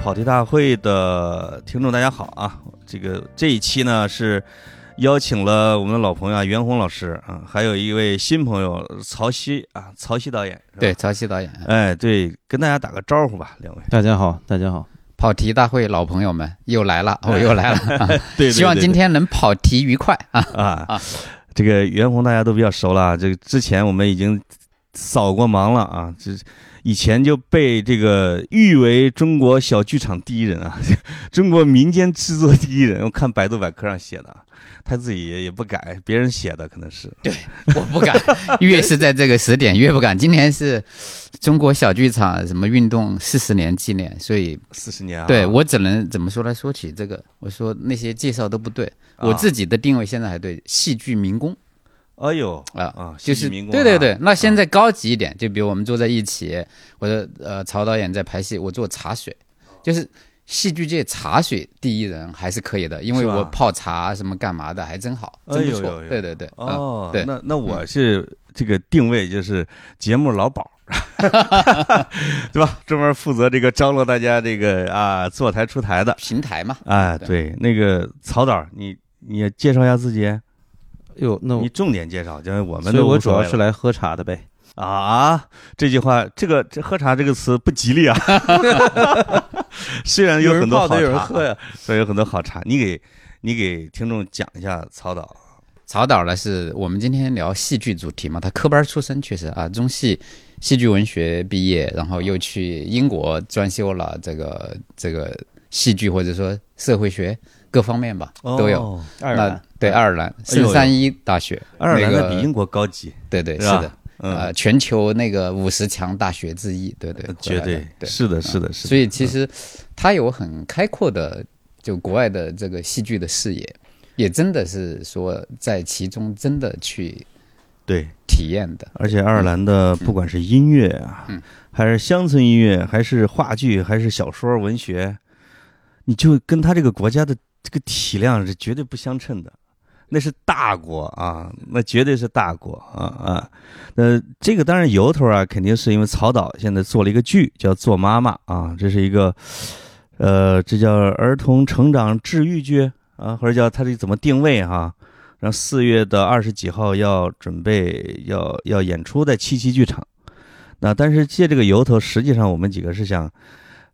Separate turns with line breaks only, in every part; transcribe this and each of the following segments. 跑题大会的听众，大家好啊！这个这一期呢是邀请了我们的老朋友啊袁弘老师啊，还有一位新朋友曹曦啊，曹曦导演。是吧
对，，曹曦导演，
哎，对，跟大家打个招呼吧，两位。
大家好，大家好，
跑题大会老朋友们又 来了，我又来了，
对
希望今天能跑题愉快啊！
啊，这个袁弘大家都比较熟了，啊，这个之前我们已经扫过盲了啊，这以前就被这个誉为中国小剧场第一人啊， 中国民间制作第一人，我看百度百科上写的啊，他自己也也不改，别人写的可能是
我不敢， 越是在这个时点越不敢。今年是中国小剧场什么运动四十年纪念，所以
四十年啊，
对我只能怎么说来说起这个，我说那些介绍都不对，
啊
我自己的定位现在还对戏剧民工
哎呦
啊
啊，
就
戏
是
剧民工
对
啊
对对。那现在高级一点，就比如我们坐在一起，我的呃曹导演在排戏，我做茶水，就是戏剧界茶水第一人还是可以的，因为
是吧
我泡茶啊什么干嘛的还真好，
哎
真不
呦
错
呦。呦
对对
啊
对，嗯，
哦，
对
那那我是这个定位就是节目老鸨儿， 对吧？专门负责这个张罗大家这个啊坐台出台的。
平台嘛，
哎，
对
对，那个曹导儿，你你也介绍一下自己，
哟，那
你重点介绍，就是我们
所以
都
我
无
主
所
要
谓
是
了
来喝茶的呗。
啊，这句话，这个这喝茶这个词不吉利啊。 虽然有很多好茶，
有人泡的有人喝呀
虽然有很多好茶，你给你给听众讲一下曹导
曹导呢，是我们今天聊戏剧主题嘛，他科班出身，确实啊，中戏戏剧文学毕业，然后又去英国专修了这个这个戏剧或者说社会学各方面吧，都有。
哦
爱尔
那
兰，
对爱尔兰
哎呦
圣三一大学，
爱尔兰
那
的
个
比英国高级，
对对是
是吧
的，
嗯，
啊
呃
呃，全球那个五十强大学之一，对对，
绝
回来的
对
对。嗯
是的，是的，嗯是的。
所以其实他有很开阔的就国外的这个戏剧的视野，也真的是说在其中真的去
对，
体验的。
而且爱尔兰的
嗯
不管是音乐啊，还是乡村音乐，还是话剧，还是小说、文学，你就跟他这个国家的这个体量是绝对不相称的。那是大国啊，那绝对是大国啊啊！那这个当然由头啊，肯定是因为曹导现在做了一个剧叫《做妈妈》啊，这是一个，呃，这叫儿童成长治愈剧啊，或者叫它是怎么定位哈、然后四月的二十几号要准备要要演出在七七剧场，那但是借这个由头，实际上我们几个是想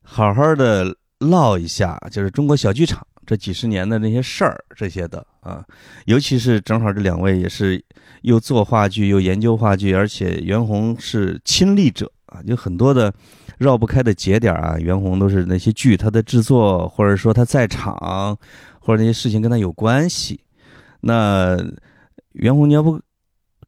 好好的唠一下，就是中国小剧场这几十年的那些事儿这些的啊，尤其是正好这两位也是又做话剧又研究话剧，而且袁弘是亲历者啊，有很多的绕不开的节点啊，袁弘都是那些剧他的制作或者说他在场或者那些事情跟他有关系。那袁弘，你要不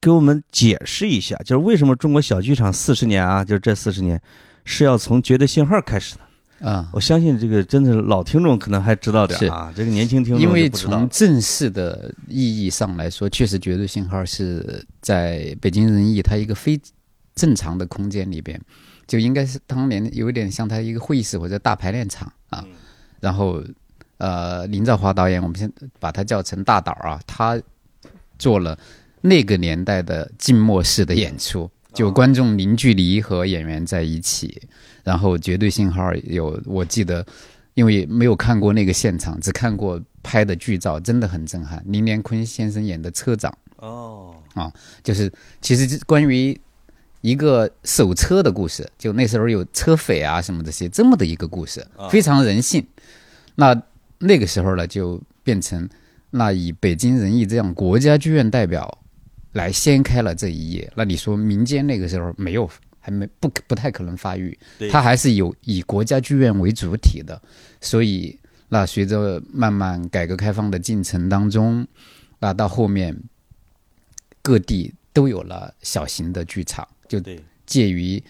给我们解释一下，就是为什么中国小剧场四十年啊，就是这四十年是要从《绝对信号》开始的？
嗯，
我相信这个真的老听众可能还知道点儿啊，这个年轻听众
因为
就不知道
从
了
正式的意义上来说，确实《绝对信号》是在北京人艺它一个非正常的空间里边，就应该是当年有一点像它一个会议室或者大排练场
嗯
啊。然后，呃，林兆华导演，我们先把他叫成大导啊，他做了那个年代的静默式的演出，就观众零距离和演员在一起，然后《绝对信号》有，我记得。因为没有看过那个现场，只看过拍的剧照，真的很震撼。林连坤先生演的车长，
哦，
就是其实是关于一个守车的故事，就那时候有车匪啊什么这些这么的一个故事，非常人性。那那个时候呢，就变成那以北京人艺这样国家剧院代表来掀开了这一页。那你说民间那个时候没有，还没不不太可能发育，
对
它还是有以国家剧院为主体的，所以那随着慢慢改革开放的进程当中，那到后面各地都有了小型的剧场，就
对
介于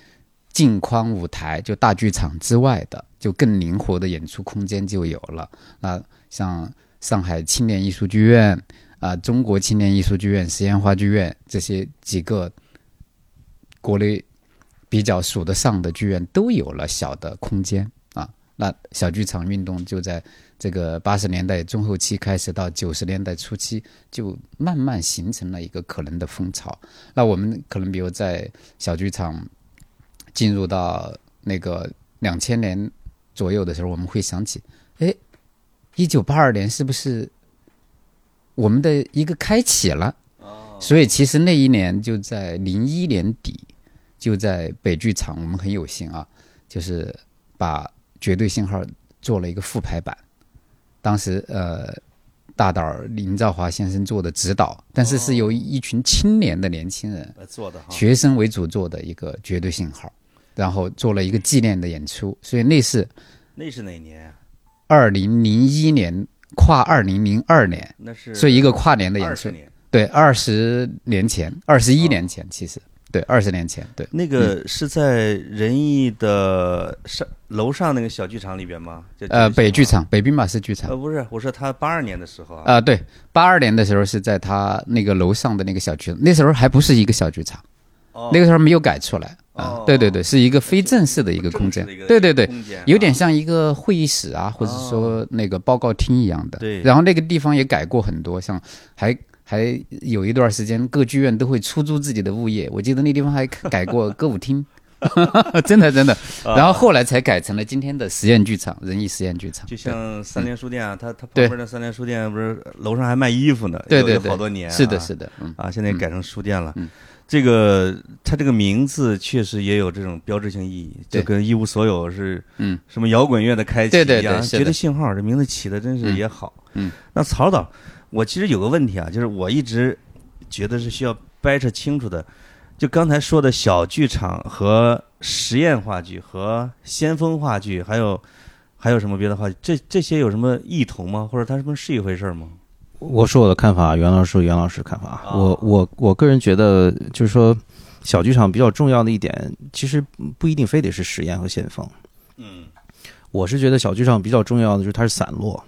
镜框舞台就大剧场之外的，就更灵活的演出空间就有了。那像上海青年艺术剧院啊、中国青年艺术剧院、实验话剧院这些几个国内比较数得上的剧院都有了小的空间啊。那小剧场运动就在这个八十年代中后期开始，到九十年代初期就慢慢形成了一个可能的风潮。那我们可能比如在小剧场进入到那个两千年左右的时候，我们会想起，哎，一九八二年是不是我们的一个开启了？所以其实那一年就在零一年底，就在北剧场，我们很有幸啊，就是把《绝对信号》做了一个复排版。当时呃，大导儿林兆华先生做的指导，但是是由一群青年的年轻人，
来做的哈
学生为主做的一个绝对信号，然后做了一个纪念的演出，所以那是
那是哪年啊？
二零零一年跨二零零二年，
那是
所以一个跨年的演
20
出，
年
对，二十年前，二十
哦
一年前，其实对，二十年前，对，
那个是在仁义的上楼上那个小剧场里边吗？叫
呃，
剧
北剧
场
场，北兵马市剧场
呃，，不是，我说他八二年的时候啊，
啊，对，八二年的时候是在他那个楼上的那个小区，那时候还不是一个小剧场，
哦
呃那个时候没有改出来啊
哦，
对对对，是一个非正式的一个
正
空
式
间
的一个，
对对对，
空间啊
有点像一个会议室啊，或者说那个报告厅一样的。
哦对
然后那个地方也改过很多，像还还有一段时间，各剧院都会出租自己的物业。我记得那地方还改过歌舞厅， 真的真的。
哦
然后后来才改成了今天的实验剧场，仁义实验剧场。
就像三联书店啊，他他旁
对
边的三联书店不是楼上还卖衣服呢，
对
有
对
有
对，
好多年啊，
是的，是的，嗯，
啊，现在改成书店了
嗯。
这个它这个名字确实也有这种标志性意义，就
对
跟一无所有是
嗯
什么摇滚乐的开启
对对
一样。
对是的
觉得信号这名字起的真是也好。
嗯嗯，
那曹导，我其实有个问题啊，就是我一直觉得是需要掰扯清楚的，就刚才说的小剧场和实验话剧和先锋话剧，还有还有什么别的话剧，这这些有什么异同吗？或者它是不是是一回事儿吗？
我说我的看法，袁老师有袁老师的看法啊。
啊
我我我个人觉得，就是说小剧场比较重要的一点，其实不一定非得是实验和先锋。
嗯，
我是觉得小剧场比较重要的就是它是散落，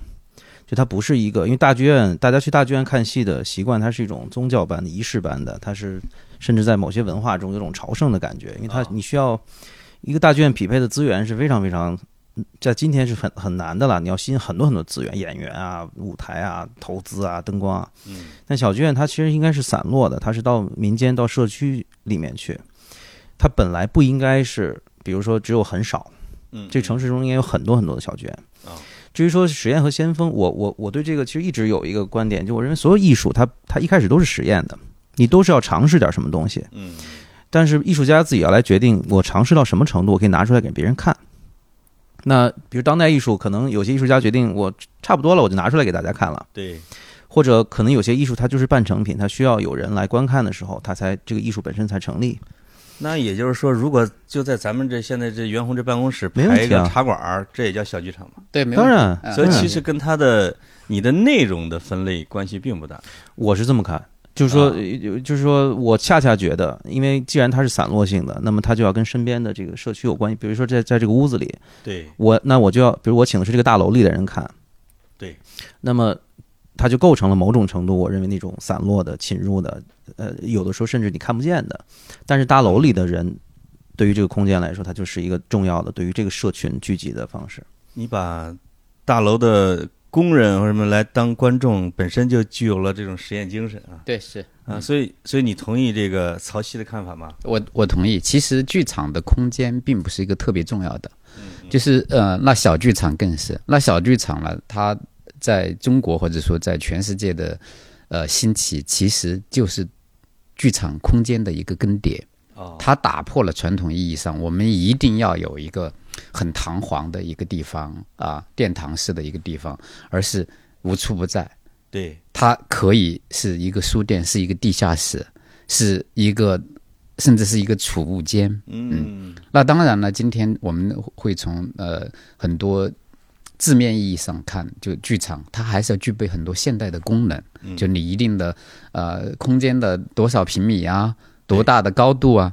就它不是一个，因为大剧院大家去大剧院看戏的习惯，它是一种宗教般的、仪式般的，它是甚至在某些文化中有种朝圣的感觉，因为它
啊
你需要一个大剧院匹配的资源是非常非常。在今天是很很难的了，你要吸引很多很多资源，演员啊、舞台啊、投资啊、灯光啊。
嗯。
但小剧院它其实应该是散落的，它是到民间、到社区里面去，它本来不应该是，比如说只有很少，
嗯，
这城市中应该有很多很多的小剧院
啊。
至于说实验和先锋，我我我对这个其实一直有一个观点，就我认为所有艺术它它一开始都是实验的，你都是要尝试点什么东西，
嗯，
但是艺术家自己要来决定我尝试到什么程度，我可以拿出来给别人看。那比如当代艺术，可能有些艺术家决定我差不多了，我就拿出来给大家看了，
对，
或者可能有些艺术它就是半成品，它需要有人来观看的时候，它才这个艺术本身才成立。
那也就是说，如果就在咱们这现在这袁弘这办公室
没问
排一
题啊
个茶馆儿，这也叫小剧场嘛？
对，没问
当
题。
然，
啊
所以
当然
其实跟它的你的内容的分类关系并不大。
我是这么看，就是说，
啊
呃就是说我恰恰觉得，因为既然它是散落性的，那么它就要跟身边的这个社区有关系。比如说在，在这个屋子里，
对，
我那我就要，比如我请的是这个大楼里的人看，
对，
那么它就构成了某种程度，我认为那种散落的、侵入的，呃，有的时候甚至你看不见的，但是大楼里的人。对于这个空间来说，它就是一个重要的对于这个社群聚集的方式。
你把大楼的工人或者什么来当观众，本身就具有了这种实验精神啊
对，是
啊！所以，所以你同意这个曹曦的看法吗？
我我同意。其实剧场的空间并不是一个特别重要的，就是呃，那小剧场更是。那小剧场呢，它在中国或者说在全世界的呃兴起，其实就是剧场空间的一个更迭。
哦，
它打破了传统意义上我们一定要有一个很堂皇的一个地方啊，殿堂式的一个地方，而是无处不在。
对，
它可以是一个书店，是一个地下室，是一个甚至是一个储物间。
嗯，
那当然了，今天我们会从呃很多字面意义上看，就剧场它还是要具备很多现代的功能，
嗯
就你一定的呃空间的多少平米啊，多大的高度啊。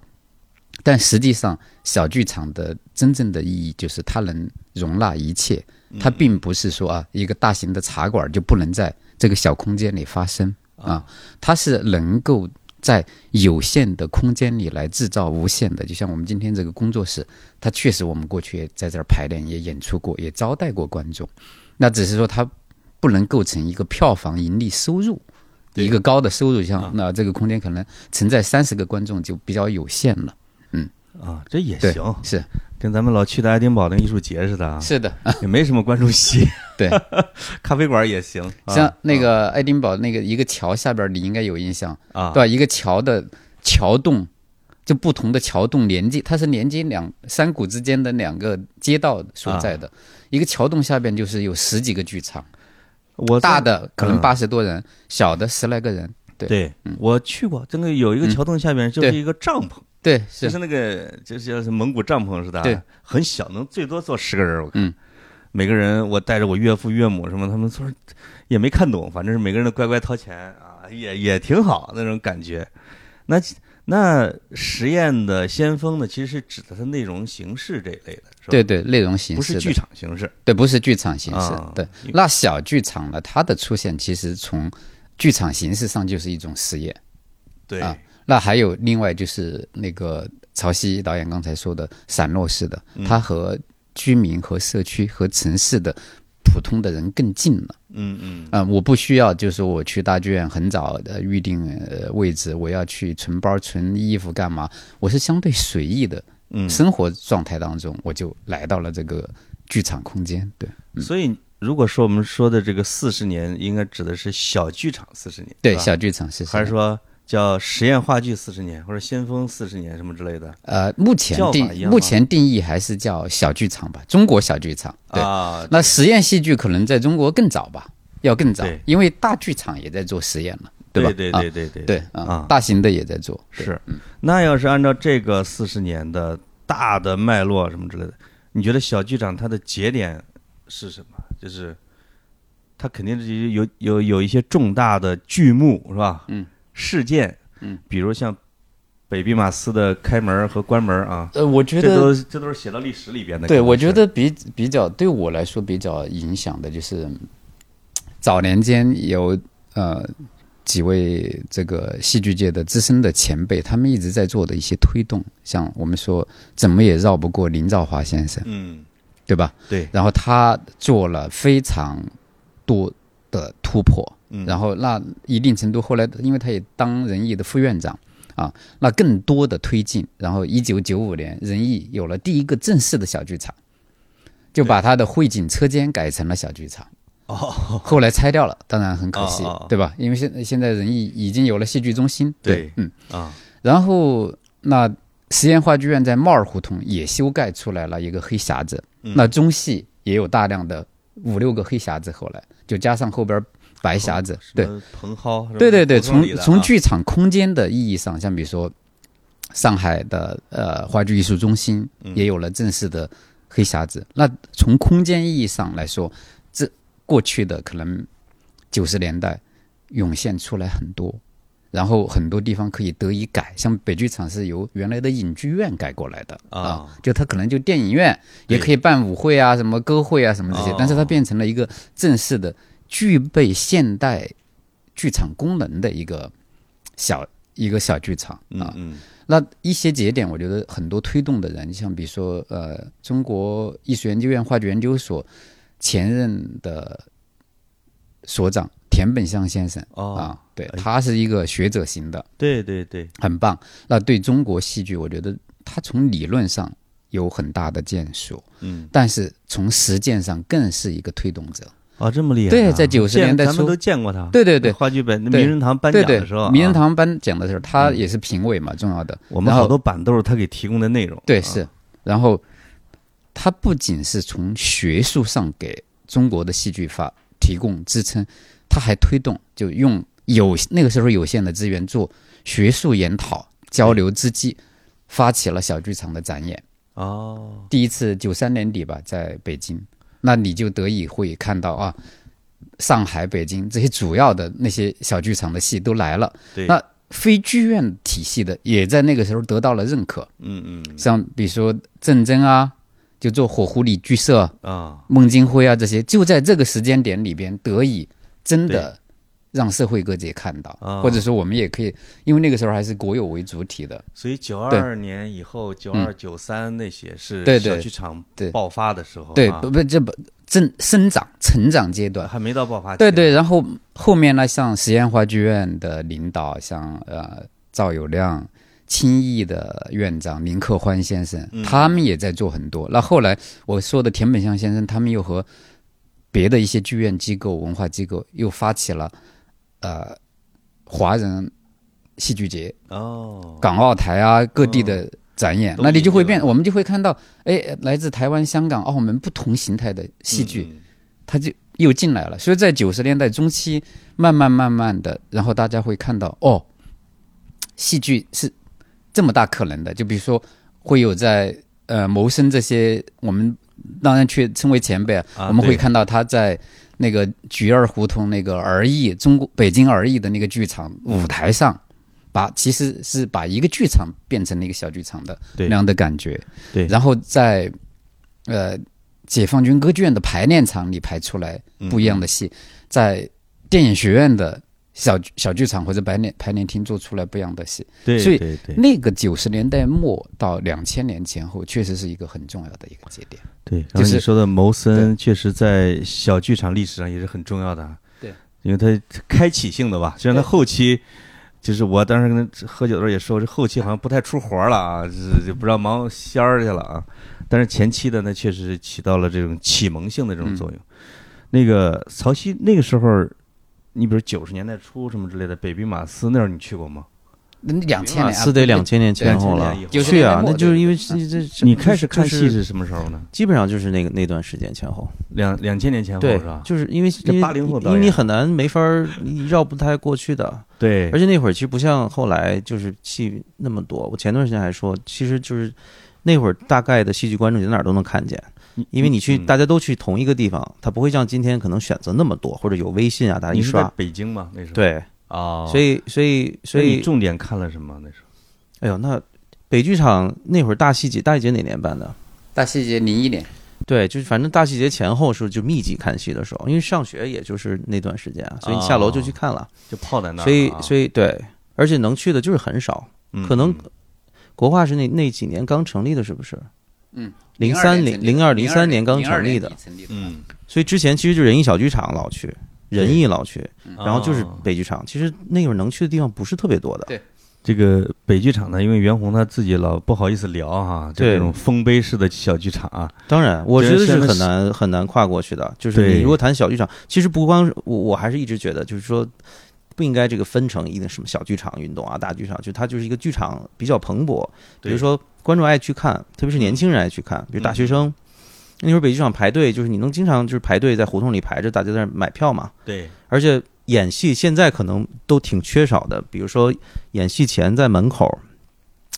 但实际上，小剧场的真正的意义就是它能容纳一切，它并不是说啊，一个大型的茶馆就不能在这个小空间里发生啊，它是能够在有限的空间里来制造无限的。就像我们今天这个工作室，它确实我们过去也在这儿排练，也演出过，也招待过观众，那只是说它不能构成一个票房盈利收入。
对
一个高的收入
啊
像那这个空间可能承载三十个观众就比较有限了，
啊，这也
对
行，
是
跟咱们老去的爱丁堡那艺术节似的 啊，
是的，
也没什么观众席，
对，
咖啡馆也行，啊
像那个爱丁堡那个一个桥下边儿，你应该有印象，
啊，
对吧？一个桥的桥洞，就不同的桥洞连接，它是连接两山谷之间的两个街道所在的。一个桥洞下边就是有十几个剧场，
我在
大的可能
嗯
八十多人，小的十来个人。对嗯
对，我去过，真的有一个桥洞下面就是
对
一个帐篷，
对，
就是是那个就是像是蒙古帐篷似的啊，
对
很小，能最多坐十个人，我看。
嗯
每个人，我带着我岳父岳母什么，他们说也没看懂，反正是每个人都乖乖掏钱啊，也也挺好那种感觉。那那实验的先锋呢，其实是指的它内容形式这一类的，是吧？
对，对，内容形
不
式
是
的
剧场形式。
对，不是剧场形式。
啊
对
因为，
那小剧场呢，它的出现其实从剧场形式上就是一种实验。
对，
啊那还有另外就是那个曹曦导演刚才说的散落式的，
嗯
它和居民和社区和城市的普通的人更近了。
嗯嗯，
啊、我不需要，就是我去大剧院很早的预定呃位置，我要去存包、存衣服干嘛？我是相对随意的
嗯
生活状态当中，我就来到了这个剧场空间。对，
所以如果说我们说的这个四十年，应该指的是小剧场四十年，
对，
是吧
小剧场是
啊还是说叫实验话剧四十年，或者先锋四十年什么之类的
呃，目前
叫法一
定
样吗
目前定义还是叫小剧场吧，中国小剧场。对，
啊？
那实验戏剧可能在中国更早吧，要更早
对，
因为大剧场也在做实验了，吧？
对
啊
对对对
对
啊
啊，大型的也在做，对
是。嗯那要是按照这个四十年的大的脉络什么之类的，你觉得小剧场它的节点是什么？就是它肯定是有有有一些重大的剧目是吧？
嗯，
事件，
嗯，
比如像北毕马斯的开门和关门啊，
呃，我觉
这
得
都这都是写到历史里边的。
对，
可能
我觉
是
得比比较对我来说比较影响的就是早年间有呃几位这个戏剧界的资深的前辈，他们一直在做的一些推动，像我们说怎么也绕不过林兆华先生，
嗯，
对吧？
对，
然后他做了非常多的突破，
嗯，
然后那一定程度后来，因为他也当仁义的副院长啊，那更多的推进，然后一九九五年仁义有了第一个正式的小剧场，就把他的汇景车间改成了小剧场。
哦，
后来拆掉了，当然很可惜，
哦哦哦
对吧？因为现现在仁义已经有了戏剧中心，对，
对
嗯，
啊，
然后那实验话剧院在帽儿胡同也修盖出来了一个黑匣子，
嗯
那中戏也有大量的五六个黑匣子，后来就加上后边儿
哦
白匣子，对
什，么蓬蒿，
对对对，
胡同
从
里的啊
从剧场空间的意义上，像比如说上海的呃话剧艺术中心
嗯
也有了正式的黑匣子。那从空间意义上来说，这过去的可能九十年代涌现出来很多，然后很多地方可以得以改，像北剧场是由原来的影剧院改过来的
啊
就它可能就电影院
对
也可以办舞会啊、什么歌会啊、什么这些
哦，
但是它变成了一个正式的具备现代剧场功能的一个小一个小剧场
嗯
啊。
嗯
那一些节点，我觉得很多推动的人，像比如说呃，中国艺术研究院话剧研究所前任的所长田本相先生、
哦，
啊，对
哎
他是一个学者型的，
对对对，
很棒。那对中国戏剧，我觉得他从理论上有很大的建树，
嗯，
但是从实践上更是一个推动者。
哦，这么厉害啊，
对在90
见
年代
咱们
初
都见过他，
对对对
话剧本那
对
名人堂颁
对
奖
对
的时候啊，，
名人堂颁奖的时候，他也是评委嘛，重要的。
我们
然后
好多版都是他给提供的内容，
对，
啊
是。然后，他不仅是从学术上给中国的戏剧法提供支撑，他还推动，就用有那个时候有限的资源做学术研讨交流之际，发起了小剧场的展演。
哦，
第一次九三年底吧，在北京，那你就得以会看到啊，上海、北京这些主要的那些小剧场的戏都来了。
对，
那非剧院体系的也在那个时候得到了认可。
嗯嗯
像比如说郑铮啊，就做火狐狸剧社、
啊，
孟京辉啊这些，就在这个时间点里边得以真的让社会各界看到
啊，
或者说我们也可以，因为那个时候还是国有为主体的，
所以九二
对
年以后，九二
嗯
九三那些是
对
小
对
剧场
对
爆发的时候啊，
对，不不这不正生长成长阶段。
还没到爆发，
对对，，然后后面呢，像实验话剧院的领导，像呃赵有亮、清易的院长林克欢先生
嗯，
他们也在做很多。那后来我说的田本相先生，他们又和别的一些剧院机构、文化机构又发起了呃华人戏剧节，
哦，
港澳台啊各地的展演，
嗯都
那你就会
引进
变，
了
我们就会看到，哎，来自台湾、香港、澳门不同形态的戏剧，
嗯，
它就又进来了。所以在九十年代中期，慢慢慢慢的，然后大家会看到，哦，戏剧是这么大可能的。就比如说，会有在呃谋生这些，我们当然去称为前辈啊，
啊
我们会
对
看到他在那个菊儿胡同那个儿艺中国北京儿艺的那个剧场舞台上。把其实是把一个剧场变成了一个小剧场的
对
那样的感觉，
对
然后在呃解放军歌剧院的排练场里排出来
嗯
不一样的戏，在电影学院的小小剧场或者排练排练厅做出来不一样的戏。
对，
所以
对对
那个九十年代末到两千年前后，确实是一个很重要的一个节点。
对，
就
然后你
是
说的谋森，确实在小剧场历史上也是很重要的啊。
对，
因为它开启性的吧，虽然它
对
后期，就是我当时跟他喝酒的时候也说，这后期好像不太出活了啊，这这不知道忙仙儿去了啊。但是前期的那确实是起到了这种启蒙性的这
嗯
种作用。那个曹曦那个时候，你比如九十年代初什么之类的，北兵马司那时候你去过吗？
那啊两千年
是得两
千
千年前后了
对，
九十
去
年代
啊，
末
那就是
对
因为这这这
你开始看
就是
戏是什么时候呢？
基本上就是那个那段时间前后，
两两千年前后
对
是吧，？
就是因为
这
因为
80后
因
导
为
演
你很难没法儿你绕不太过去的，
对
而，且那会儿其实不像后来就是戏那么多。我前段时间还说，其实就是那会儿大概的戏剧观众你在哪儿都能看见，因为你去
嗯
大家都去同一个地方，他不会像今天可能选择那么多，或者有微信啊，大家一
你是在
刷。
北京嘛那时候？
对，
哦，
所以所以所
那你
以，
重点看了什么那时候？
哎呦，那北剧场那会儿大戏节，大戏节哪年办的？
大细节零一年，
对，就是反正大戏节前后是就密集看戏的时候，因为上学也就是那段时间啊，所以你下楼就去看了。
就泡在那儿了啊，嗯
所以所以对，而且能去的就是很少。
以
可能国画是那那几年刚成立的，是不是？
嗯，
零三零零二零三年刚成立的，
嗯，
所以之前其实就仁义小剧场老去，仁义老去，
嗯
然后就是
哦
北剧场。其实那会儿能去的地方不是特别多的。
对
这个北剧场呢，因为袁弘他自己老不好意思聊哈，就
对
这种丰碑式的小剧场啊，
当然，我觉得
真
是
的
很
是
难很难跨过去的。就是
对
你如果谈小剧场，其实不光是我，我还是一直觉得，就是说不应该这个分成一定什么小剧场运动啊、大剧场，就它就是一个剧场比较蓬勃。比如说观众爱去看，特别是年轻人爱去看，比如大学生。那会儿北剧场排队，就是你能经常就是排队在胡同里排着，大家在那儿买票嘛。
对
而且演戏现在可能都挺缺少的，比如说演戏前在门口。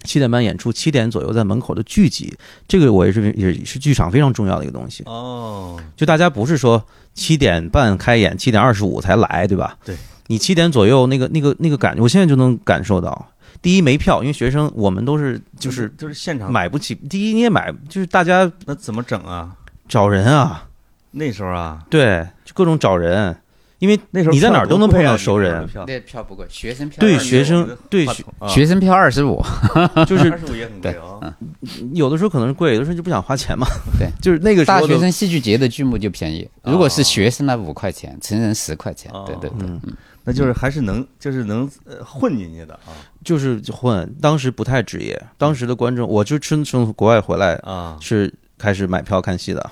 七点半演出，七点左右在门口的聚集，这个我也是也是剧场非常重要的一个东西。
哦，
就大家不是说七点半开演，七点二十五才来，对吧？
对，
你七点左右那个那个那个感觉，我现在就能感受到。第一没票，因为学生我们都是就是
就是现场，
买不起。第一你也买，就是大家
那怎么整啊？
找人啊，
那时候啊，
对，就各种找人，因为
那时候
你在哪儿都能碰
票多贵啊
到熟人
你票
那票不贵，学生票
对
二十五
学生对
话
学
筒啊
学生票二十 五，
就是
二十五也很贵啊，
有的时候可能是贵，有的时候就不想花钱嘛。
对，
就是那个时
大
候的
学生戏剧节的剧目就便宜，如
哦
果是学生呢五块钱，成人十块钱
哦，
对对对，
嗯，
那就是还是能就是能呃混进去的
就是混，当时不太职业，当时的观众，我就真从国外回来
啊啊。
是开始买票看 戏的，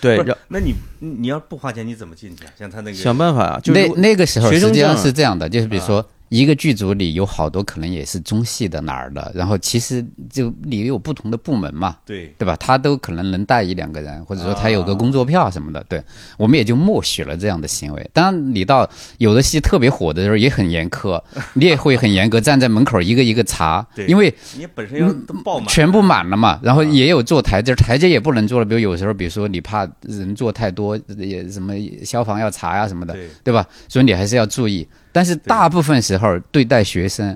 对，
不是
然
那你你你要不花钱你怎么进去啊？像他那个
想办法啊，就
那
是
那个时候
学生
实际上
证啊
是这样的，就是比如说一个剧组里有好多可能也是中戏的哪儿的，然后其实就里有不同的部门嘛，
对
对吧？他都可能能带一两个人，或者说他有
啊
个工作票什么的，对我们也就默许了这样的行为。当然，你到有的戏特别火的时候也很严 苛，你也会很严格，站在门口一个一个查
对，
因为
你本身要都爆满，
嗯全部满了
啊
嘛，然后也有坐台阶，台阶也不能坐了。比如有时候，比如说你怕人坐太多，也什么消防要查呀、什么的，
对
对吧？所以你还是要注意。但是大部分时候对待学生，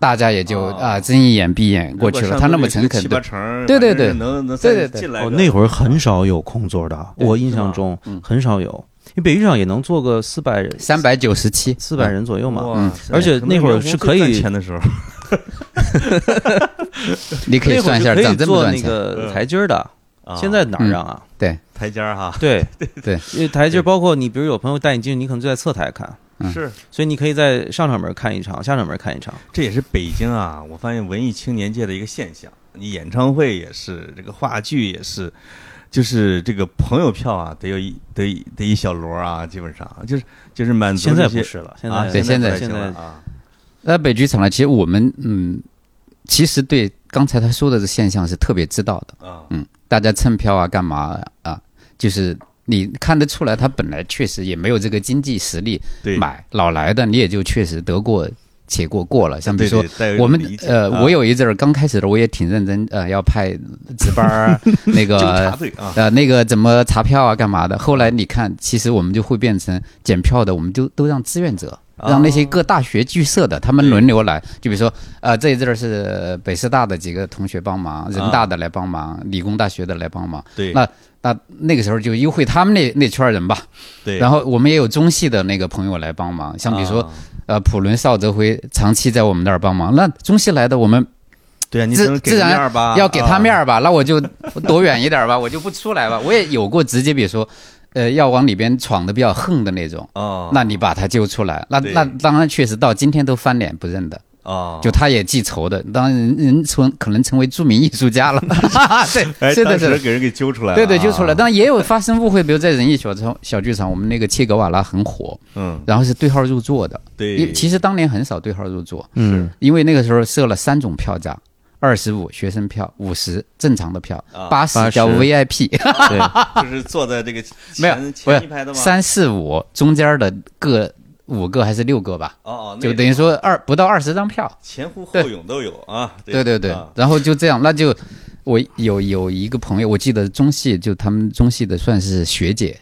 大家也就
哦
啊睁一眼闭一眼过去了。他那么诚恳
七八
的，
成儿，
对对
反正是
对
能能
对对对
进来
哦，
个。
那会儿很少有空座的，
对
我印象中很少有，因为北剧场也能坐个四百人
嗯三百九十七，
四百人左右嘛，
哇
而且那会儿是可以
赚钱的时候，
你可以
那会
算
儿
一
就
下
可以
涨这么
坐
赚
那
钱。
个台阶儿的，
啊
现在哪儿让啊？
对，
台阶儿哈，
对
对，
因为台阶包括你，比如有朋友带你进去，你可能就在侧台看，
嗯
是，
所以你可以在上上门看一场，下上门看一场。
这也是北京啊，我发现文艺青年界的一个现象。你演唱会也是，这个话剧也是，就是这个朋友票啊，得有一得一得一小摞啊，基本上就是就是满足
现在
这
不
些
是了，现在、
啊，
对
现
现在
不太
现
行
在
了啊，
那北剧场呢，其实我们嗯，其实对刚才他说的这现象是特别知道的，
啊，
嗯，大家蹭票啊，干嘛啊？就是你看得出来，他本来确实也没有这个经济实力
对，
买，老来的你也就确实得过且过过了。像
对
比如说
对，带有一
我
种
们
理解
呃，
啊
我有一阵儿刚开始的，我也挺认真，呃，要派值班儿啊 那
纠
个
察队啊，
呃，那个怎么查票啊，干嘛的？后来你看，其实我们就会变成检票的，我们就都让志愿者，
哦
让那些各大学剧社的，他们
对
轮流来。就比如说，呃，这一阵儿是北师大的几个同学帮忙，人
啊
大的来帮忙，理工大学的来帮忙。
对，
那那那个时候就优惠他们那那圈儿人吧。
对，
然后我们也有中戏的那个朋友来帮忙，像比如说，
啊，
呃，普伦、邵泽辉长期在我们那儿帮忙。那中戏来的，我们
对啊，你
自
只能给
自
个
然
面儿吧，啊
要给他面
儿，
儿吧，那我就躲远一点儿吧，我 就不出来吧。我也有过直接，比如说，呃，要往里边闯的比较横的那种，
哦，
那你把他揪出来，那
对
那当然确实到今天都翻脸不认的，
哦，
就他也记仇的，当然人人成可能成为著名艺术家了， 对，
哎，
是的，
当
是
时
的。
给人给揪出来了，
对对，揪出来，
啊，
当然也有发生误会，比如在仁义小场小剧场，我们那个切格瓦拉很火，
嗯，
然后是对号入座的，因
对，
为其实当年很少对号入座，
嗯，
因为那个时候设了三种票价：二十五学生票、五十正常的票
啊、
八十叫
80
VIP，
对，
就是坐在这个
没有
前
不
前一排
是
的吗？
三四五中间的各五个还是六个吧，
哦哦，那
就
个
等于说二不到二十张票。
前呼后
对
拥都有啊，
对对对
啊，
然后就这样，那就我有有一个朋友，我记得中戏就他们中戏的算是学姐，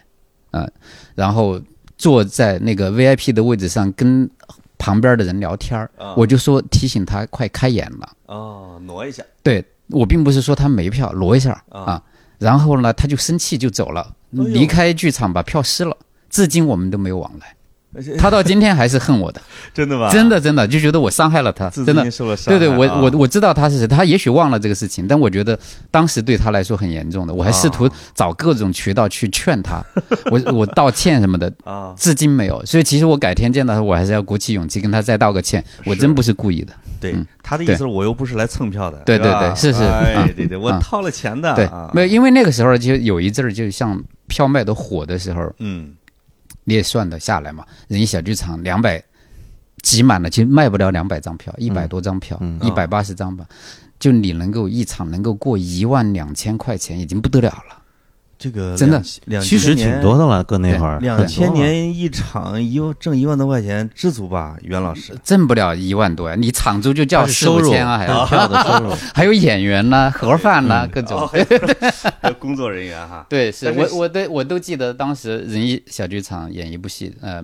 嗯，然后坐在那个 VIP 的位置上跟旁边的人聊天儿
啊，
我就说提醒他快开演了。
哦，挪一下，
对我并不是说他没票，挪一下
啊哎
啊。然后呢，他就生气就走了，
呦
离开剧场把票撕了。至今我们都没有往来，
而且
他到今天还是 恨我的，
真哎的吧？
真的真的就觉得我伤害了他，
自
真
尊心。
的
受了伤
对
害啊，
对，我我我知道他是谁，他也许忘了这个事情，但我觉得当时对他来说很严重的，我还试图
啊
找各种渠道去 劝他，我我道歉什么的，
啊，
至今没有。所以其实我改天见到他，我还是要鼓起勇气跟他再道个歉，我
是
真不是故意的。
对
嗯
他的意
对
思是我又不是来蹭票的，
对
吧
对对是是
哎
啊，
对对，我
啊
掏了钱的，
对
啊，
没有，，因为那个时候就有一阵儿，就像票卖的火的时候，
嗯，
你也算得下来嘛。人一小剧场两百挤满了，其实卖不了两百张票，一百多张票
嗯，
哦
一百八十张吧。就你能够一场能够过一万两千块钱，已经不得了了。
这个
真的
两千两
其实
千年
挺多的了，搁那
啊
会儿
两千年一场一万挣一万多块钱，知足吧，袁老师。
挣不了一万多呀！你场租就叫
但是
四
收
五
入
千啊，还有
票的收 入，
还有演员呐、盒饭呐、各种
哦，。还有还有 工作人员哈，
对，是
但是
我我都我都记得当时仁义小剧场演一部戏，呃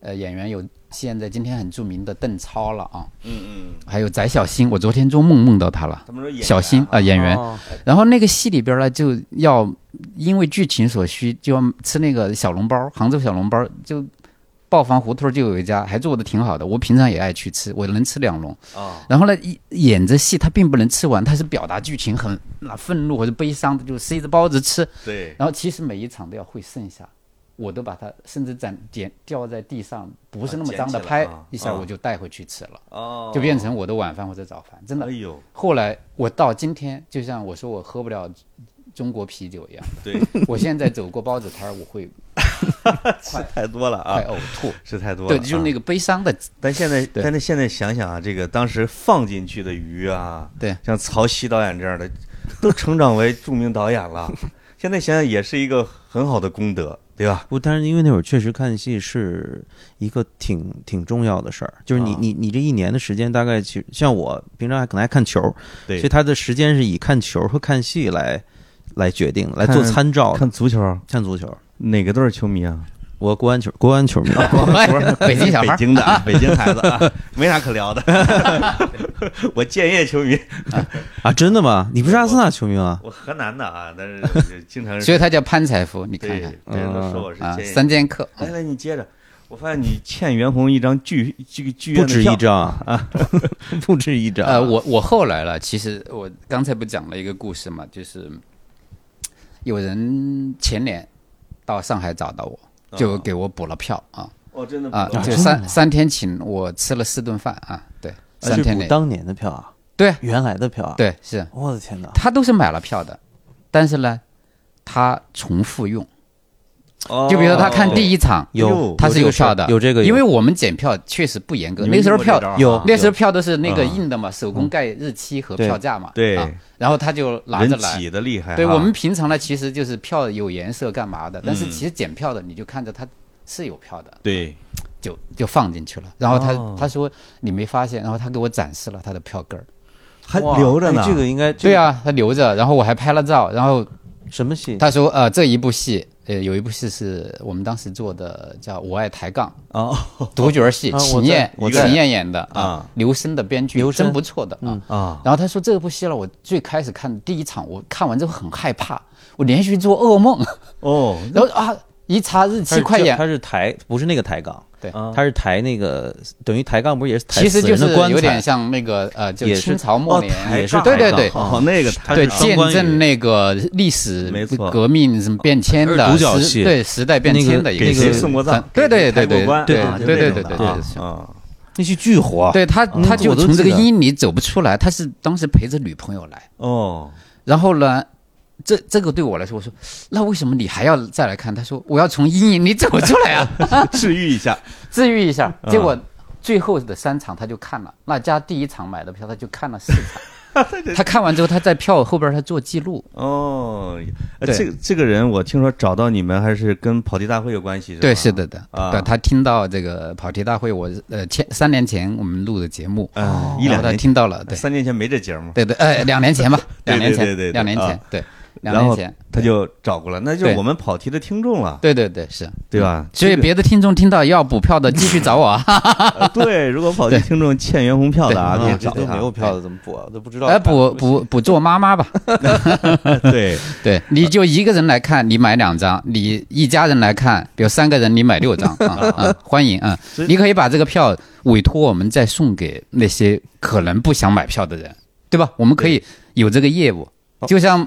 呃，演员有现在今天很著名的邓超了啊，
嗯嗯，
还有翟小新，我昨天做梦梦到他了，
他们说演员
小新啊、
啊，
演员。
哦
然后那个戏里边呢，就要因为剧情所需，就要吃那个小笼包，杭州小笼包就。豹房胡同就有一家，还做的挺好的。我平常也爱去吃，我能吃两笼。
啊
然后呢，一演着戏，他并不能吃完，他是表达剧情很那愤怒或者悲伤的，就塞着包子吃。
对，
然后其实每一场都要会剩下，我都把它甚至攒点掉在地上，不是那么脏的
啊捡起来
拍
啊
一下，
啊
我就带回去吃了，
哦，
就变成我的晚饭或者早饭。真
哎
的，
呦，
后来我到今天，就像我说我喝不了中国啤酒一样，
对，
我现在走过包子摊儿，我会
吃太多了啊
快，呕吐。
吃太多了
对，
啊，
就是那个悲伤的，
但现在，
对
但是现在想想啊，这个当时放进去的鱼啊，
对，
像曹曦导演这样的，都成长为著名导演 了。现在想想也是一个很好的功德，对吧？
不，但是因为那会儿确实看戏是一个挺挺重要的事儿，就是你
啊
你你这一年的时间大概其实像我平常还可能还看球，
对
所以他的时间是以看球和看戏来来决定的，来做
看
参照的。
看足球，
看足球，
哪个队儿球迷 啊？
我国安球国安球 迷，
哎 北京小孩
北
儿
京的 啊，北京孩子啊，没啥可聊的。 我建业球迷，
啊，真的吗？你不是阿森纳球迷吗？
我河南的啊，但是经常
所以他叫潘财富，你看
对
看
别人都说我是
啊，
建业。
三剑客。
来来，哎你接着。我发现你欠袁弘一张剧这个剧院
不
的
止
票
一张 啊，不止一张。啊
呃，我我后来了，其实我刚才不讲了一个故事嘛，就是有人前年到上海找到我，就给我补了票啊。
哦，真的
啊，
不懂
啊
就
真的
三
吗
三天请我吃了四顿饭啊，对，
啊
三
就
天
补
内，
当年的票啊，
对啊
原来的票啊，，
对是，
我的天哪，
他都是买了票的，但是呢，他重复用，
哦
就比如说他看第一场，
哦有
哟
它是
有
有
这个
票的
有这个有，
因为我们检票确实不严格，
你们
那时候
用过这
票
招啊
有
那时候票都是那个
啊
印的嘛，手工盖日期和
嗯对啊
票价嘛，
对
啊然后他就拿着
人
来。
挤的厉害哈，
对我们平常呢，其实就是票有颜色干嘛的，但是
嗯
其实检票的你就看着他是有票的，
对
就就放进去了。然后他、
哦
他说你没发现，然后他给我展示了他的票根儿。
还
哇
留着呢
哎，这个应该
对，啊，他留着，然后我还拍了照。然后
这个什么戏？
他说呃这一部戏，呃有一部戏是我们当时做的叫《我爱抬杠
哦》
独角戏，
啊我
秦
在
燕
我在
秦燕演的
啊
啊，刘深的编剧
刘，嗯
真
深
不错的啊。
啊，
然后他说这部戏呢，我最开始看第一场，我看完之后很害怕，我连续做噩梦，
哦，
然后啊一查日
他
期
是
快
这
演，
他是抬，不是那个抬杠，
对
啊
他是抬那个，等于抬杠不是也是抬
其实
死
就
人的
是
棺
有
材
点像那个呃，就
也是
清朝末
哦
年，
抬
也是
杠
对对
抬杠
对，
哦，那个它
对，
是双
见
关
证
语
那个历史
没错
革命什么变迁
呃
的
独角
时
戏
对时代变
那个
迁的一
给
个
谁
很
送过葬，
对对
给谁
对
抬
对
过棺
对
啊
对
就
对
那
对
种
对
的
对
啊
是
啊，
那剧巨火，
对他
哦
嗯
他就
我都
从这个
记得
阴里走不出来，他是当时陪着女朋友来，
哦，
然后呢。这这个对我来说，我说那为什么你还要再来看？他说我要从阴影里走出来 啊，
治愈一下，
治愈一下。
嗯
结果最后的三场他就看了，那家第一场买的票他就看了四场， 他看完之后他在票后边他做记录，
哦，呃
对
这个这个人我听说找到你们还是跟跑题大会有关系，
对，
吧
是，的的，
啊
对，他听到这个跑题大会，我呃前三年前我们录的节目，
嗯，一
然
两
后他
年
哦听到了，对
三年前没这节目，
对对，呃，两年前吧，
对
两年
对对对对
前，两年前
啊，
对，两
然
年
后
前，
他就找过来，那就是
对
我们跑题的听众了，
对对对是，
对吧？
所以
这个
别的听众听到要补票的，继续找 我啊，
呃对，如果跑题
对
听众欠袁弘票的啊，
对嗯
可以
啊，
找
这
他
都没有票的怎么补啊？我都不知道。
来哎呃补补补做妈妈吧，
对，呃
对，你就一个人来看，你买两张；你一家人来看，比如三个人，你买六张 啊啊，欢迎啊
所以！
你可以把这个票委托我们再送给那些可能不想买票的人，对吧？我们可以有这个业务，
哦
就像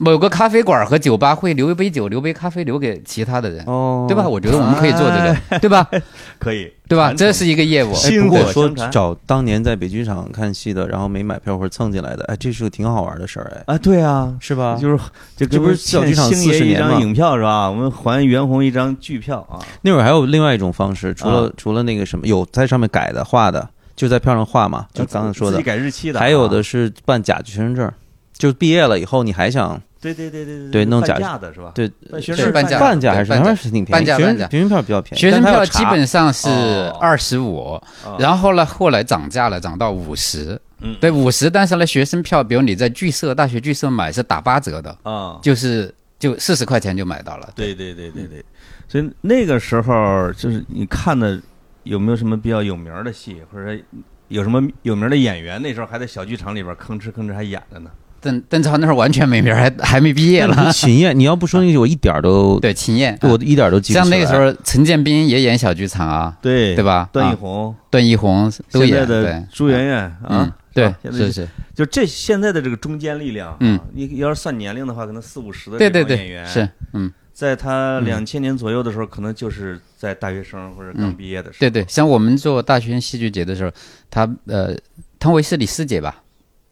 某个咖啡馆和酒吧会留一杯酒、留杯咖啡留给其他的人，
哦，
对吧？我觉得我们可以做这个，对吧？
可以，
对吧？
哎传统
这是一个业务，
是
哎，
薪
不过
火
说
相传
找当年在北剧场看戏的，然后没买票或者蹭进来的，哎，这是个挺好玩的事儿，哎，
啊，对啊，
是吧？
就是这
这
跟
不是
欠
小剧场
星爷
40
一
年
张
吗
影票是吧？我们还袁弘一张剧票啊，
那会儿还有另外一种方式，除了、
啊
除了那个什么，有在上面改的画的，就在票上画嘛，就刚刚说
自
的
己，改日期的啊，
还有的是办假学生证，就毕业了以后你还想
对对对对
对弄假
半价的是吧？
对
办学
是
生
半价
办假还是
对办假
还是挺便宜，
办假
学生
办假
学生票比较便宜，
学生
但他
票
要
基
查
本上是
哦
二十五，然后呢，后来涨价了，涨到五十
嗯。
对五十，但是呢，学生票，比如你在剧社、大学剧社买是打八折的，
啊，
就是就四十块钱就买到了。
对对对对对，所以那个时候就是你看的有没有什么比较有名儿的戏，或者说有什么有名儿的演员？那时候还在小剧场里边吭哧吭哧还演着呢。
邓邓超那会儿完全没名儿， 还还没毕业
那
嗯
你
了。
秦燕，你要不说那个，我一点儿都，
啊对，秦燕，啊
我一点儿都记不
像
起来。
那个时候，陈建斌也演小剧场啊，
对
对？吧？
段奕
啊
宏，
段奕宏
现
都
在
演
的
对
朱媛媛
嗯
啊，
对
吧现在
是
就是就这现在的这个中间力量啊，
嗯
你要是算年龄的话，可能四五十的
对
这帮
对
演
对
员
是嗯
在他两千年左右的时候，可能就是在大学生或者刚毕业的时候。
嗯对对，像我们做大学戏剧节的时候，他呃汤唯是你师姐吧？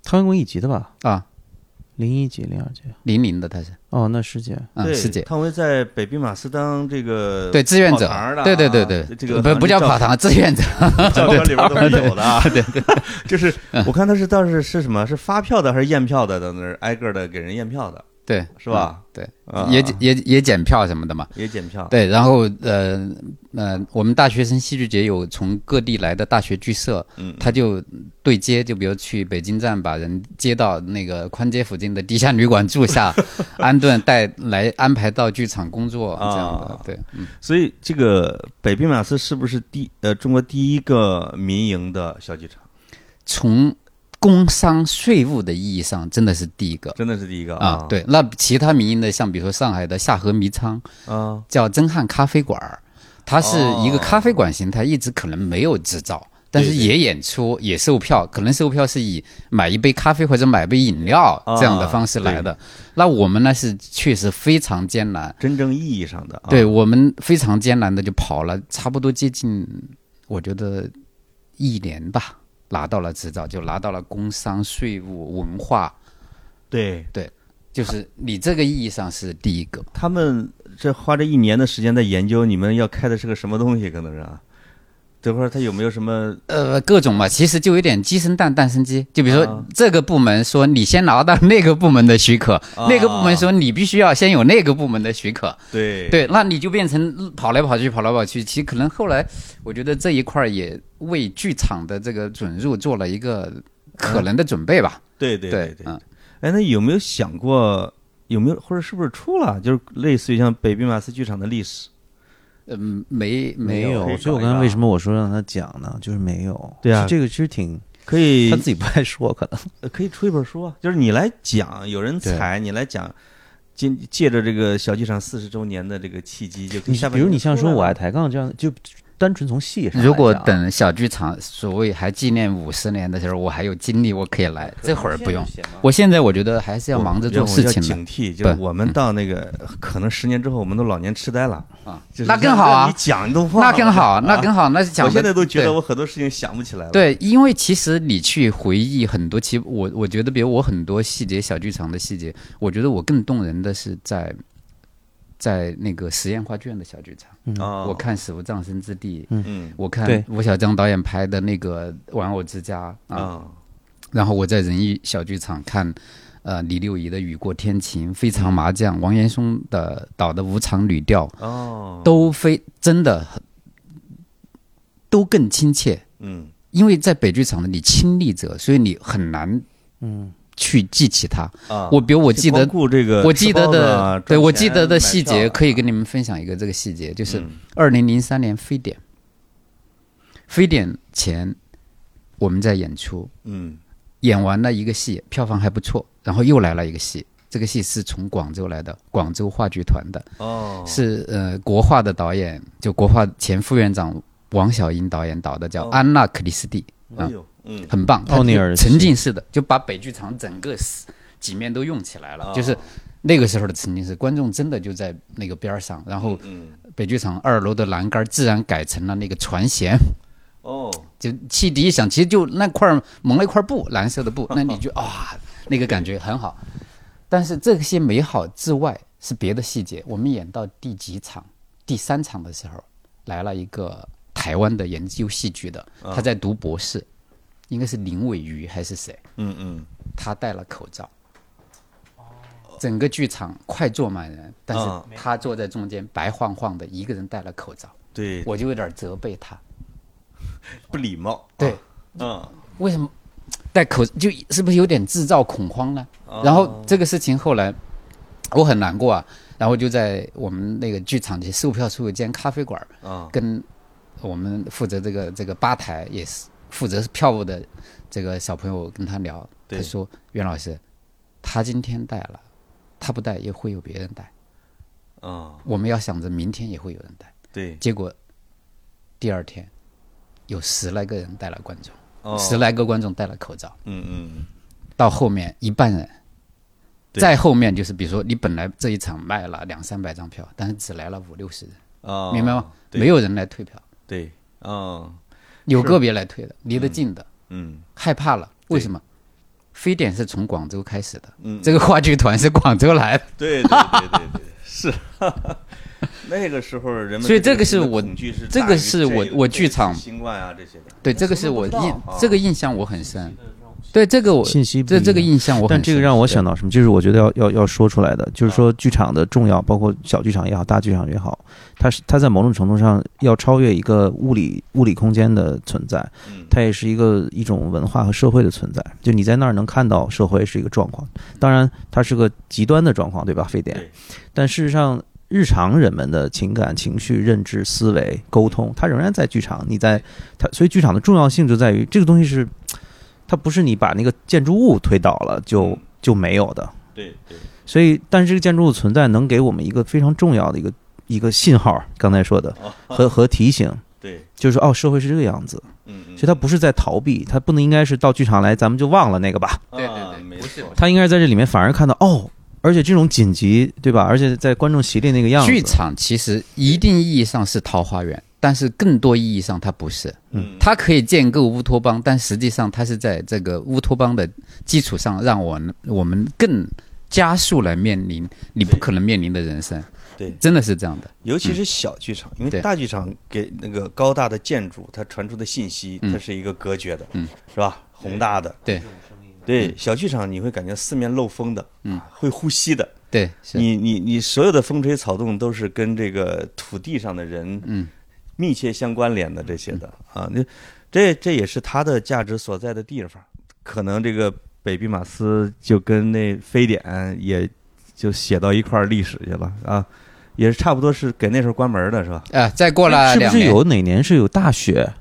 汤圆共一级的吧，
啊，
零一级、零二级。
零零的他是
哦，那师姐，
啊
对，
师姐。
汤唯在北兵马司当这个
对志愿者
跑堂的啊，
对对对对，
这个
不不叫跑
堂，
堂，志愿者，
照片里边都是有的啊。对对， 就是
嗯
我看他是当时是什么？是发票的还是验票的？在那儿挨个的给人验票的，
对，
是吧？
嗯对
啊，
也也也检票什么的嘛。
也检票，
对，然后呃呃，我们大学生戏剧节有从各地来的大学剧社，
嗯
他就对接，就比如去北京站把人接到那个宽街附近的地下旅馆住下，安顿带来安排到剧场工作这样的
啊。
对，嗯
所以这个北兵马司是不是第呃中国第一个民营的小剧场？
从工商税务的意义上，真的是第一个。
真的是第一个
啊，对，那其他民营的，像比如说上海的下河迷仓，
啊，
叫真汉咖啡馆儿，它是一个
哦
咖啡馆形态，一直可能没有执照，但是
对对
也演出也售票，可能售票是以买一杯咖啡或者买杯饮料
啊
这样的方式来的。那我们呢是确实非常艰难，
真正意义上的啊，
对我们非常艰难的就跑了，差不多接近，我觉得一年吧，拿到了执照，就拿到了工商、税务、文化，
对，
就是你这个意义上是第一个。
他们这花这一年的时间在研究你们要开的是个什么东西，可能是啊，这块儿他有没有什么
呃，各种嘛，其实就有点鸡生蛋，蛋生鸡。就比如
啊
说，这个部门说你先拿到那个部门的许可，
啊
那个部门说你必须要先有那个部门的许可。
对
对，那你就变成跑来跑去，跑来跑去。其实可能后来，我觉得这一块儿也为剧场的这个准入做了一个可能的准备吧。
对对对对
嗯，
哎，那有没有想过，有没有或者是不是出了，就是类似于像北兵马司剧场的历史？
嗯，没
没
有，
有
所以我刚才为什么我说让他讲呢？就是没有。
对啊
其实这个其实挺
可以
他自己不爱说，可能
呃可以出一本书啊，就是你来讲，有人采，你来讲，借借着这个小剧场四十周年的这个契机，就可以
你
下半
比如
年
你像
出来
说我
了
爱抬杠这样，就单纯从戏上来讲，
如果等小剧场所谓还纪念五十年的时候，我还有精力，我 可以来。这会儿不用，我现在我觉得还是要忙着做事情
要
的。
警惕，就是
对
我们到那个可能十年之后，我们都老年痴呆了
啊
就是
那更好啊
让你讲都忘了
那更好，那更
啊
好，那是讲
我
的
现在都觉
对
得我很多事情想不起来了。，哦
对，因为其实你去回忆很多，其实我我觉得，比如我很多细节，小剧场的细节，我觉得我更动人的是在在那个实验话剧院的小剧场，
哦，
嗯我看《死无葬身之地》，
嗯
我看
对
吴小江导演拍的那个《玩偶之家》啊，
啊，
然后我在仁义小剧场看，呃，李六乙的《雨过天晴》，非常麻将，王岩松的导的《无常旅调》，
哦，
都非真的很都更亲切，
嗯，
因为在北剧场的你亲历者，所以你很难嗯去记起它。
啊，
我比如我记得
光顾这个
我记得
吃包子啊
的，对
赚
我
钱
记得的
买
细
票
节
啊
可以跟你们分享一个这个细节，就是
嗯
二零零三年非典，非典前我们在演出，
嗯
演完了一个戏，票房还不错，然后又来了一个戏。这个戏是从广州来的，广州话剧团的，
哦
是呃国画的导演，就国画前副院长王小英导演导的，叫
哦
《安娜·克里斯蒂》。
哎呦，嗯，
很棒，它
奥尼
就
尔的
沉
戏
浸式的，就把北剧场整个是几面都用起来了，就是
哦
那个时候的沉浸式，观众真的就在那个边儿上，然后
嗯
北剧场二楼的栏杆自然改成了那个船舷，
哦，
就汽笛一响，其实就那块儿蒙了一块布，蓝色的 布，那你就啊、那个感觉很好。但是这些美好之外是别的细节。我们演到第几场，第三场的时候，来了一个台湾的研究戏剧的，
嗯
他在读博士，应该是林伟瑜还是谁？
嗯嗯，
他戴了口罩。整个剧场快坐满人，但
嗯
是他坐在中间，白晃晃的，一个人戴了口罩，
对，
我就有点责备他。
不礼貌，
对，
嗯，
为什么戴口就是不是有点制造恐慌呢？然后这个事情后来我很难过啊，然后就在我们那个剧场的售票处有一间咖啡馆儿，
啊
跟我们负责这个这个吧台也是负责票务的这个小朋友跟他聊，
对
他说袁老师，他今天戴了，他不戴也会有别人戴，
啊，
我们要想着明天也会有人戴。
对，
结果第二天有十来个人戴了观众，
哦
十来个观众戴了口罩。
嗯嗯，
到后面一半人，
对
再后面就是比如说你本来这一场卖了两三百张票，但是只来了五六十人，
啊，
明白吗？
对
没有人来退票，
对，啊，
有个别来退的，离得近的
嗯
害怕了，为什么？非典是从广州开始的，
嗯，
这个话剧团是广州来的，
对对对对对，是。 那个时候人们
所以
对
这个是
疫情的
我
恐惧是
这
大
个
于
是我
这个
我
对
剧场
新冠啊这些的，
对，这个是我
什么都
印哦
不知道啊
这个印象我很深，对这个我
信息不
这
一
这个
样
印象我很嗯
但
深，
这个让我
对
想到什么？就是我觉得要要要说出来的，就是说剧场的重要，包括小剧场也好，大剧场也好，它是它在某种程度上要超越一个物理物理空间的存在，
嗯，
它也是一个一种文化和社会的存在。就你在那儿能看到社会是一个状况，当然它是个极端的状况，对吧？非典
对，
但事实上。日常人们的情感、情绪、认知、思维、沟通，它仍然在剧场。你在它，所以剧场的重要性就在于这个东西是，它不是你把那个建筑物推倒了就
嗯
就没有的。
对对，
所以，但是这个建筑物存在能给我们一个非常重要的一个一个信号，刚才说的
哦
和和提醒，
对
就是说哦，社会是这个样子，
嗯
所以他不是在逃避，他不能应该是到剧场来咱们就忘了那个吧？
对对对
啊没
不是
错
他应该是在这里面反而看到哦，而且这种紧急对吧？而且在观众席里那个样子，
剧场其实一定意义上是桃花源，但是更多意义上它不是。
嗯
它可以建构乌托邦，但实际上它是在这个乌托邦的基础上，让我们我们更加速来面临你不可能面临的人生。
对
真的是这样的。
尤其是小剧场，因为
对
大剧场给那个高大的建筑，它传出的信息，
嗯
它是一个隔绝的，
嗯，
是吧？宏大的，
对
对，小剧场你会感觉四面漏风的，
嗯，
会呼吸的，
对，是
你你你所有的风吹草动都是跟这个土地上的人，
嗯，
密切相关联的这些的啊，那这这也是它的价值所在的地方。可能这个北毕马斯就跟那非典也就写到一块儿历史去了啊，也是差不多是给那时候关门的是吧？
啊，再过了
哎是不
两
是
年，
有哪年是有大雪？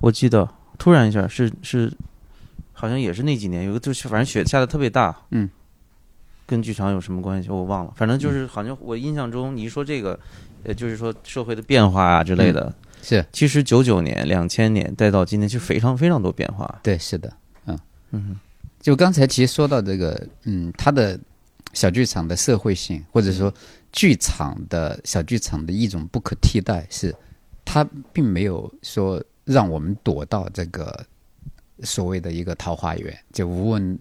我记得突然一下是是，好像也是那几年有个就是反正雪下的特别大，
嗯，
跟剧场有什么关系？我忘了，反正就是好像我印象中你一说这个，呃，就是说社会的变化啊之类
嗯
的，
是
其实九九年、两千年再到今天，其实非常非常多变化。
对，是的，嗯
啊嗯，
就刚才其实说到这个，嗯，它的小剧场的社会性，或者说剧场的小剧场的一种不可替代是，它并没有说让我们躲到这个所谓的一个桃花源，就无问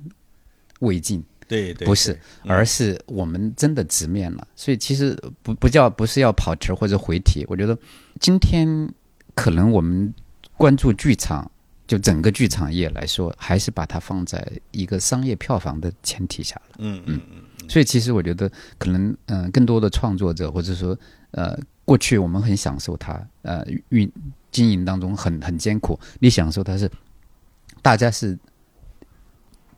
魏晋，
对对
不是，
嗯
而是我们真的直面了。所以其实不不叫不是要跑题儿或者回题，我觉得今天可能我们关注剧场，就整个剧场业来说，还是把它放在一个商业票房的前提下了。
嗯嗯嗯
所以其实我觉得可能嗯、呃更多的创作者或者说呃，过去我们很享受它，呃，运经营当中很很艰苦，你享受它是大家是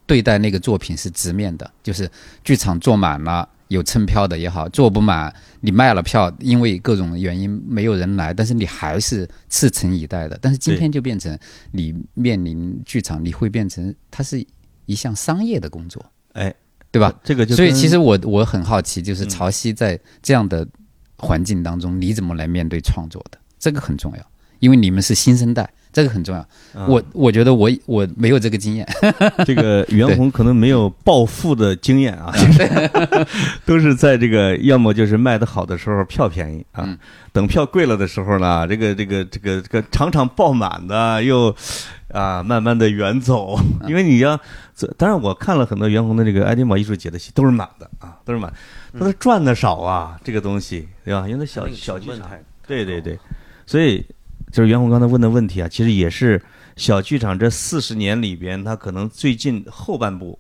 对待那个作品是直面的，就是剧场坐满了。有蹭票的也好，坐不满，你卖了票，因为各种原因没有人来，但是你还是赤诚以待的。但是今
对
天就变成你面临剧场，你会变成它是一项商业的工作，
哎，
对吧？
这个就
所以
跟
其实我我很好奇，就是
嗯
潮汐在这样的环境当中，你怎么来面对创作的？这个很重要，因为你们是新生代，这个很重要。
啊
我我觉得我我没有这个经验，
这个袁弘可能没有暴富的经验啊，就是 都是在这个要么就是卖的好的时候票便宜啊
嗯，
等票贵了的时候呢，这个这个这个这个场场爆满的又啊慢慢的远走，因为你要，当然我看了很多袁弘的这个爱丁堡艺术节的戏都是满的啊，都是满，他赚的少啊，这个东西对吧？因为他小小剧场，对对对，所以就是袁弘刚才问的问题啊，其实也是小剧场这四十年里边，它可能最近后半部，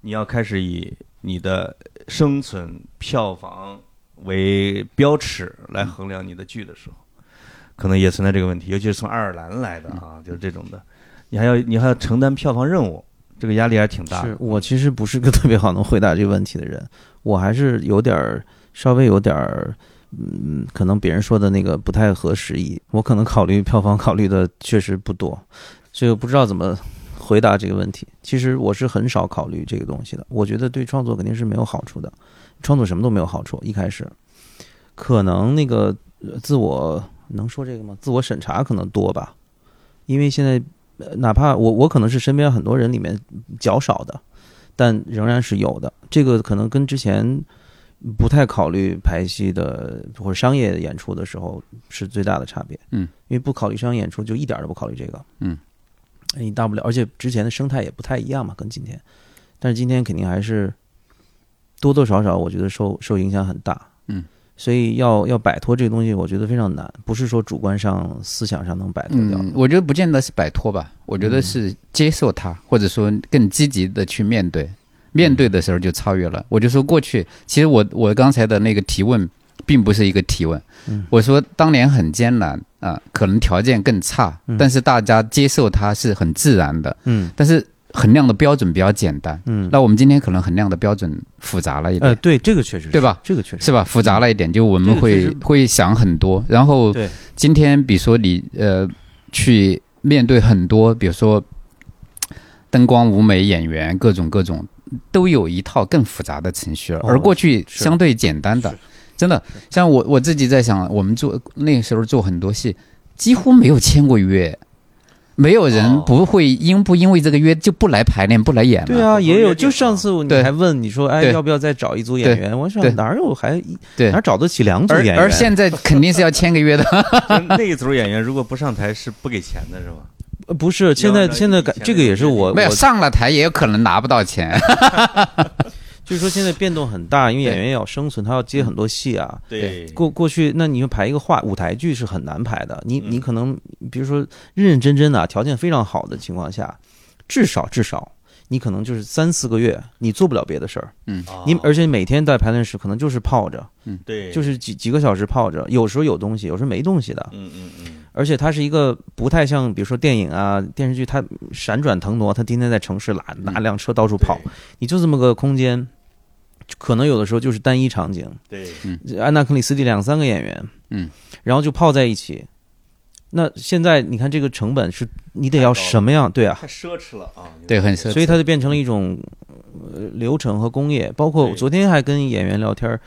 你要开始以你的生存、票房为标尺来
嗯
衡量你的剧的时候，可能也存在这个问题，尤其是从爱尔兰来的
嗯
啊，就是这种的，你还要你还要承担票房任务，这个压力还挺大。
是我其实不是个 特别好能回答这个问题的人，我还是有点儿稍微有点儿，嗯，可能别人说的那个不太合时宜，我可能考虑票房考虑的确实不多，所以我不知道怎么回答这个问题。其实我是很少考虑这个东西的，我觉得对创作肯定是没有好处的，创作什么都没有好处。一开始，可能那个呃自我能说这个吗？自我审查可能多吧，因为现在。呃哪怕我我可能是身边很多人里面较少的，但仍然是有的。这个可能跟之前不太考虑排戏的或者商业演出的时候是最大的差别。
嗯，
因为不考虑商业演出，就一点儿都不考虑这个。
嗯，
你大不了，而且之前的生态也不太一样嘛，跟今天。但是今天肯定还是多多少少，我觉得受受影响很大。
嗯，
所以要要摆脱这个东西，我觉得非常难，不是说主观上、思想上能摆脱掉的。
嗯，我觉得不见得是摆脱吧，我
嗯
觉得是接受它，或者说更积极的去面对。面对的时候就超越
嗯
了。我就说过去，其实我我刚才的那个提问，并不是一个提问。
嗯
我说当年很艰难啊、可能条件更差，但是大家接受它是很自然的。
嗯
但是衡量的标准比较简单。
嗯，
那我们今天可能衡量的标准复杂了一点，
呃，对，这个确实是
对吧？
这个确实
是吧？复杂了一点，就我们会
这个确实
会想很多。然后
对
今天，比如说你呃，去面对很多，比如说灯光、舞美、演员，各种各种，都有一套更复杂的程序了。
哦
而过去
是
相对简单的，真的，像我我自己在想，我们做那个时候做很多戏，几乎没有签过约。没有人
哦
不会因不因为这个约就不来排练不来演
对
了。
啊，
很多
也
约
有。
定
就
啊
上次你
对
还问你说，哎，
对
要不要再找一组
对
演员？我想
对
哪有还
对
哪找得起两组
而
演员？
而现在肯定是要签个约的，
就是 那一组演员如果不上台是不给钱的，是吧？
呃不是现在
要
现在
以
感
前
这
那
个
种
也是
约定
我
没有
我
上了台也有可能拿不 到钱。
就是说现在变动很大，因为
对
演员也要生存，他要接很多戏啊。
对，
过过去，那你就排一个话舞台剧是很难排的。你
嗯
你可能比如说认认真真的啊条件非常好的情况下，至少至少你可能就是三四个月你做不了别的事儿。你
哦
而且每天在排练室可能就是泡着，
对，
就是是几几个小时泡着，有时候有东西，有时候没东西的。
嗯嗯嗯，
而且它是一个不太像，比如说电影啊、电视剧，它闪转腾挪，它天天在城市拿
嗯
拿辆车到处跑，你就这么个空间，可能有的时候就是单一场景，
对，对，
安娜·克里斯蒂两三个演员，
嗯，
然后就泡在一起。那现在你看这个成本是你得要什么样？对啊，
太奢侈了啊，
对，很奢侈。
所以它就变成了一种呃流程和工业。包括我
对
昨天还跟演员聊天儿，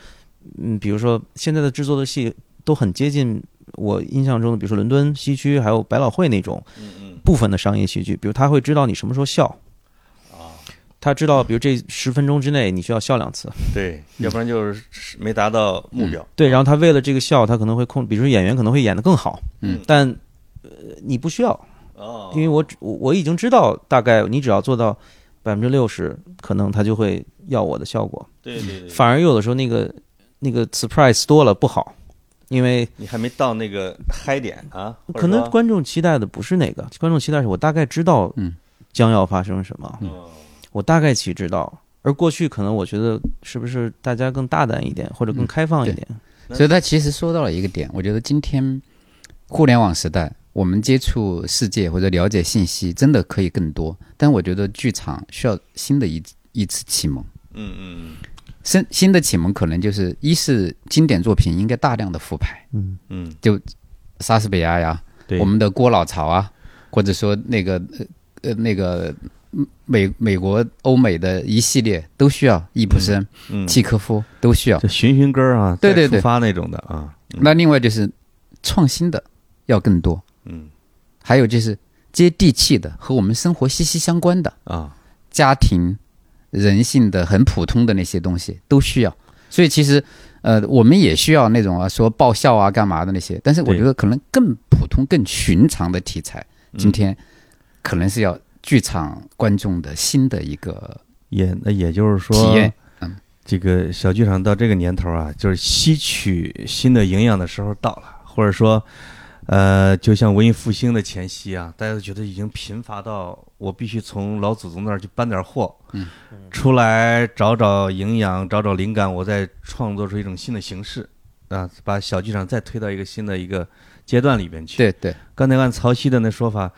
嗯，比如说现在的制作的戏都很接近我印象中的，比如说伦敦西区还有百老汇那种
嗯嗯
部分的商业戏剧，比如他会知道你什么时候笑。
啊，
他知道，比如这十分钟之内你需要笑两次，
对，要不然就是没达到目标，
对。然后他为了这个笑，他可能会控，比如说演员可能会演得更好，
嗯
但呃你不需要，
哦，
因为我只我我已经知道大概你只要做到百分之六十，可能他就会要我的效果。
对对对，
反而有的时候那个那个 surprise 多了不好，因为
你还没到那个嗨点啊，或者
可能
说
观众期待的不是那个，观众期待是我大概知道
嗯
将要发生什么，
嗯
我大概其知道。而过去可能我觉得是不是大家更大胆一点，或者
嗯
更开放一点？
所以他其实说到了一个点，我觉得今天互联网时代，我们接触世界或者了解信息真的可以更多，但我觉得剧场需要新的一一次启蒙。
嗯嗯
新新的启蒙可能就是一是经典作品应该大量的复排，
嗯，
嗯，
莎士比亚呀，
对
我们的郭老潮啊，或者说那个呃呃那个嗯美美国欧美的一系列都需要易卜生、
嗯，
契科夫都需要。
就寻寻根儿啊，
对对
再
对
出发那种的啊，嗯
那另外就是创新的要更多，
嗯
还有就是接地气的和我们生活息息相关的
啊，
家庭、人性的很普通的那些东西都需要。所以其实呃，我们也需要那种啊说爆笑啊干嘛的那些，但是我
对
觉得可能更普通、更寻常的题材。
嗯
今天可能是要剧场观众的新的一个
也那也就是说
体验。
这个小剧场到这个年头啊，就是吸取新的营养的时候到了，或者说，呃，就像文艺复兴的前夕啊，大家都觉得已经贫乏到我必须从老祖宗那儿去搬点货，
嗯，
出来找找营养，找找灵感，我再创作出一种新的形式啊，把小剧场再推到一个新的一个阶段里边去。
对对，
刚才按曹曦的那说法，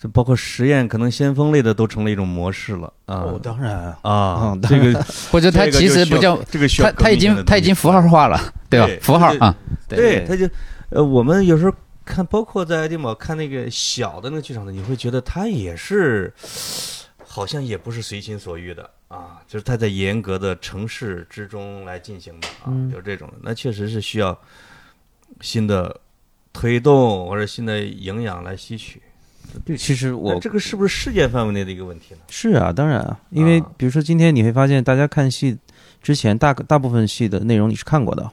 这包括实验，可能先锋类的都成了一种模式了啊。
哦，当然啊，
啊
嗯，
这个
或者它其实不叫
这个需要
它，它已经它已经符号化了，对吧
对？
符号
对
啊，
对，他就呃，我们有时候看，包括在爱丁堡看那个小的那个剧场的，你会觉得他也是，好像也不是随心所欲的啊，就是他在严格的城市之中来进行的啊，
嗯
有这种的，那确实是需要新的推动或者新的营养来吸取。
对，其实
那
我
这个是不是世界范围内的一个问题呢？
是啊，当然啊，因为
啊
比如说今天你会发现，大家看戏之前大大部分戏的内容你是看过的，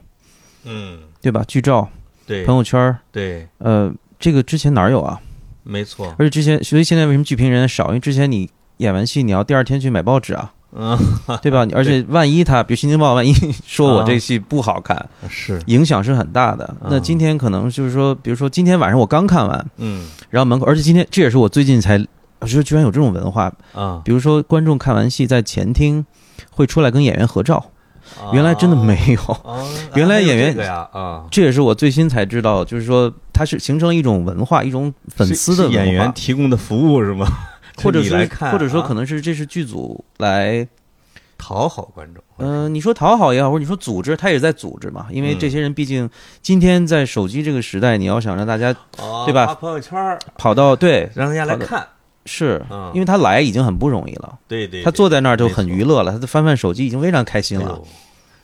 嗯，
对吧？剧照、
对
朋，友圈儿，
对，
呃，这个之前哪儿有啊？
没 错，
而且之前，所以现在为什么剧评人少？因为之前你演完戏，你要第二天去买报纸啊，
嗯，
对吧？而且万一他，比如《新京报》，万一说我
啊
这戏不好看，
是，
影响是很大的。那今天可能就是说，比如说今天晚上我刚看完，
嗯
然后门口，而且今天这也是我最近才，我觉得居然有这种文化。
啊，
比如说观众看完戏在前厅会出来跟演员合照，原来真的没有。
啊，
原来
还有
演员
这个呀啊，
这也是我最新才知道，就是说它是形成了一种文化，一种粉丝的
是是演
文化
员提供的服务是 吗？
或者
是你
说
来看啊，
或者说可能是这是剧组来，
讨好观众。
嗯、你说讨好也好，或者你说组织，他也是在组织嘛，因为
嗯
这些人毕竟今天在手机这个时代，你要想让大家
哦
对吧
发朋友圈儿
跑到对
让大家来
好的
看，
是
嗯，
因为他来已经很不容易了，
对对，
他坐在那儿就
没错
很娱乐了，他翻翻手机已经非常开心
对
了，，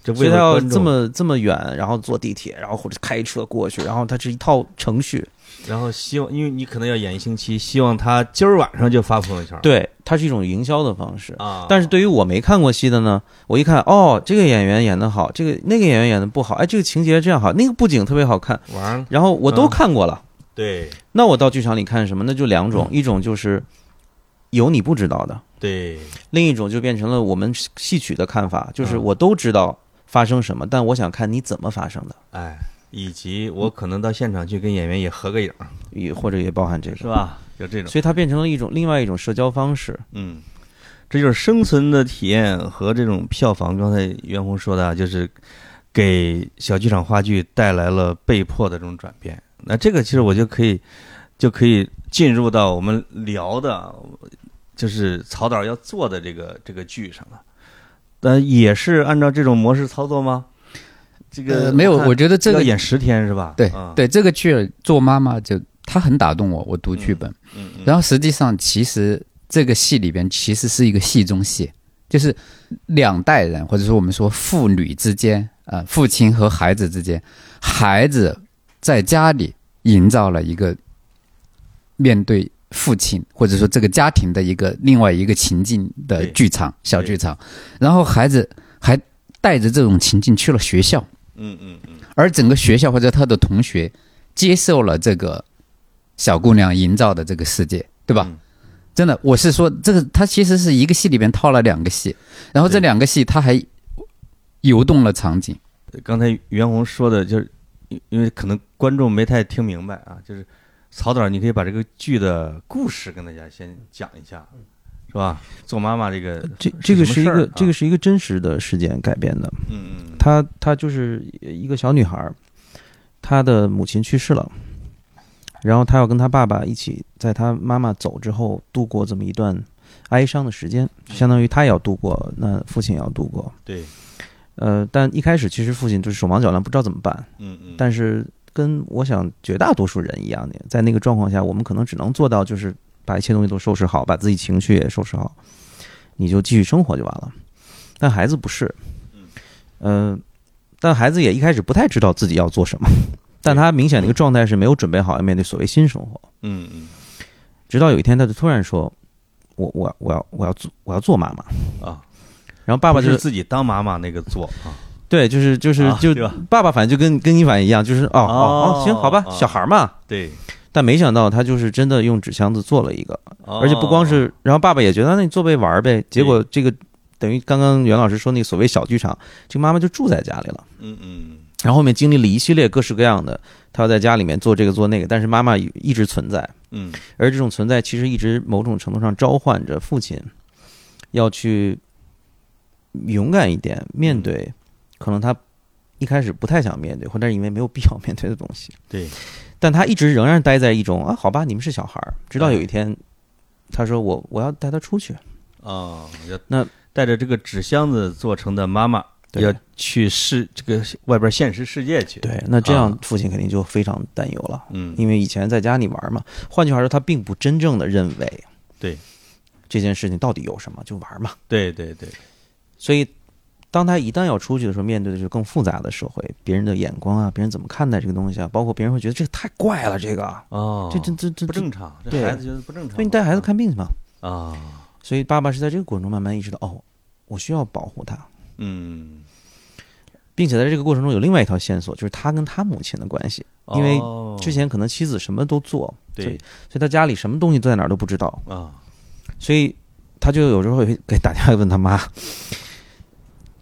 这
所
为
以
了
他要
观众
这，么这么远，然后坐地铁，然后或者开车过去，然后它是一套程序。
然后希望，因为你可能要演一星期，希望他今儿晚上就发朋友圈。
对，它是一种营销的方式。
啊，
但是对于我没看过戏的呢，我一看，哦，这个演员演的好，这个那个演员演的不好，哎，这个情节这样好，那个布景特别好看，
玩儿
然后我都
嗯
看过了。
对
那我到剧场里看什么？那就两种，一种就是有你不知道的，
对，
另一种就变成了我们戏曲的看法，就是
嗯
我都知道发生什么，但我想看你怎么发生的，
哎，以及我可能到现场去跟演员也合个影儿，
也或者也包含这
是
个。
吧？有这种，
所以它变成了一种另外一种社交方式。
嗯，这就是生存的体验和这种票房。刚才袁弘说的啊，就是给小剧场话剧带来了被迫的这种转变。那这个其实我就可以就可以进入到我们聊的，就是曹导要做的这个这个剧上了。但也是按照这种模式操作吗？这个、
呃，没有，
看
我觉得这
要
个
演十天是吧？
对
嗯、
对这个剧儿做妈妈就她很打动我，我读剧本，
嗯，嗯
然后实际上其实这个戏里边其实是一个戏中戏，就是两代人或者说我们说父女之间，呃，父亲和孩子之间，孩子在家里营造了一个面对父亲或者说这个家庭的一个另外一个情境的
对
剧场小剧场，然后孩子还带着这种情境去了学校。
嗯嗯嗯，
而整个学校或者他的同学接受了这个小姑娘营造的这个世界，对吧？
嗯
真的，我是说，这个它其实是一个戏里边套了两个戏，然后这
对
两个戏它还游动了场景。
刚才袁弘说的，就是因因为可能观众没太听明白啊，就是曹导，你可以把这个剧的故事跟大家先讲一下，
嗯
是吧？做妈妈这个，
这这个
什么
是一
事儿
个
啊
这个是一个真实的事件改编的，
嗯嗯，
她她就是一个小女孩儿，她的母亲去世了，然后她要跟她爸爸一起在她妈妈走之后度过这么一段哀伤的时间，相当于她也要度过，那父亲也要度过。
对，
呃，但一开始其实父亲就是手忙脚乱，不知道怎么办。
嗯嗯，
但是跟我想绝大多数人一样的，在那个状况下，我们可能只能做到就是把一切东西都收拾好，把自己情绪也收拾好，你就继续生活就完了。但孩子不是，嗯、但孩子也一开始不太知道自己要做什么，但他明显的一个状态是没有准备好要面对所谓新生活，
嗯嗯
直到有一天他就突然说：“我我我要我要做我要做妈妈。
啊，”
然后爸
不
爸就是
自己当妈妈那个做啊，
对，就是就是、
啊
就
对吧
爸爸反正就跟跟一凡一样，就是哦哦
哦
行好吧，
哦
小孩嘛，
对，
但没想到他就是真的用纸箱子做了一个，
而
而且不光
哦
是，然后爸爸也觉得啊那你做呗玩儿呗，结果这个等于刚刚袁老师说那个所谓小剧场，这个妈妈就住在家里了，
嗯嗯
然后后面经历了一系列各式各样的，她要在家里面做这个做那个，但是妈妈一直存在，
嗯
而这种存在其实一直某种程度上召唤着父亲要去勇敢一点面对，可能他一开始不太想面对，或者是因为没有必要面对的东西。
对，
但他一直仍然待在一种啊，好吧，你们是小孩儿。直到有一天，他说我我要带他出去，
啊，要
那
带着这个纸箱子做成的妈妈。
对
要去世这个外边现实世界去，
对，那这样
啊
父亲肯定就非常担忧了，
嗯，
因为以前在家里玩嘛。换句话说，他并不真正的认为
对
这件事情到底有什么，就玩嘛。
对对对，
所以，当他一旦要出去的时候，面对的是更复杂的社会，别人的眼光啊，别人怎么看待这个东西啊，包括别人会觉得这个太怪了，这个
哦，
这这这这
不
这，
正常，这
对
孩子觉得不正常。
所以你带孩子看病去嘛。
啊，
所以爸爸是在这个过程中慢慢意识到，哦，我需要保护他。
嗯，
并且在这个过程中有另外一条线索，就是他跟他母亲的关系。因为
哦
之前可能妻子什么都做，所以
对
所以他家里什么东西都在哪儿都不知道，
啊，
所以他就有时候会给打电话 问他妈。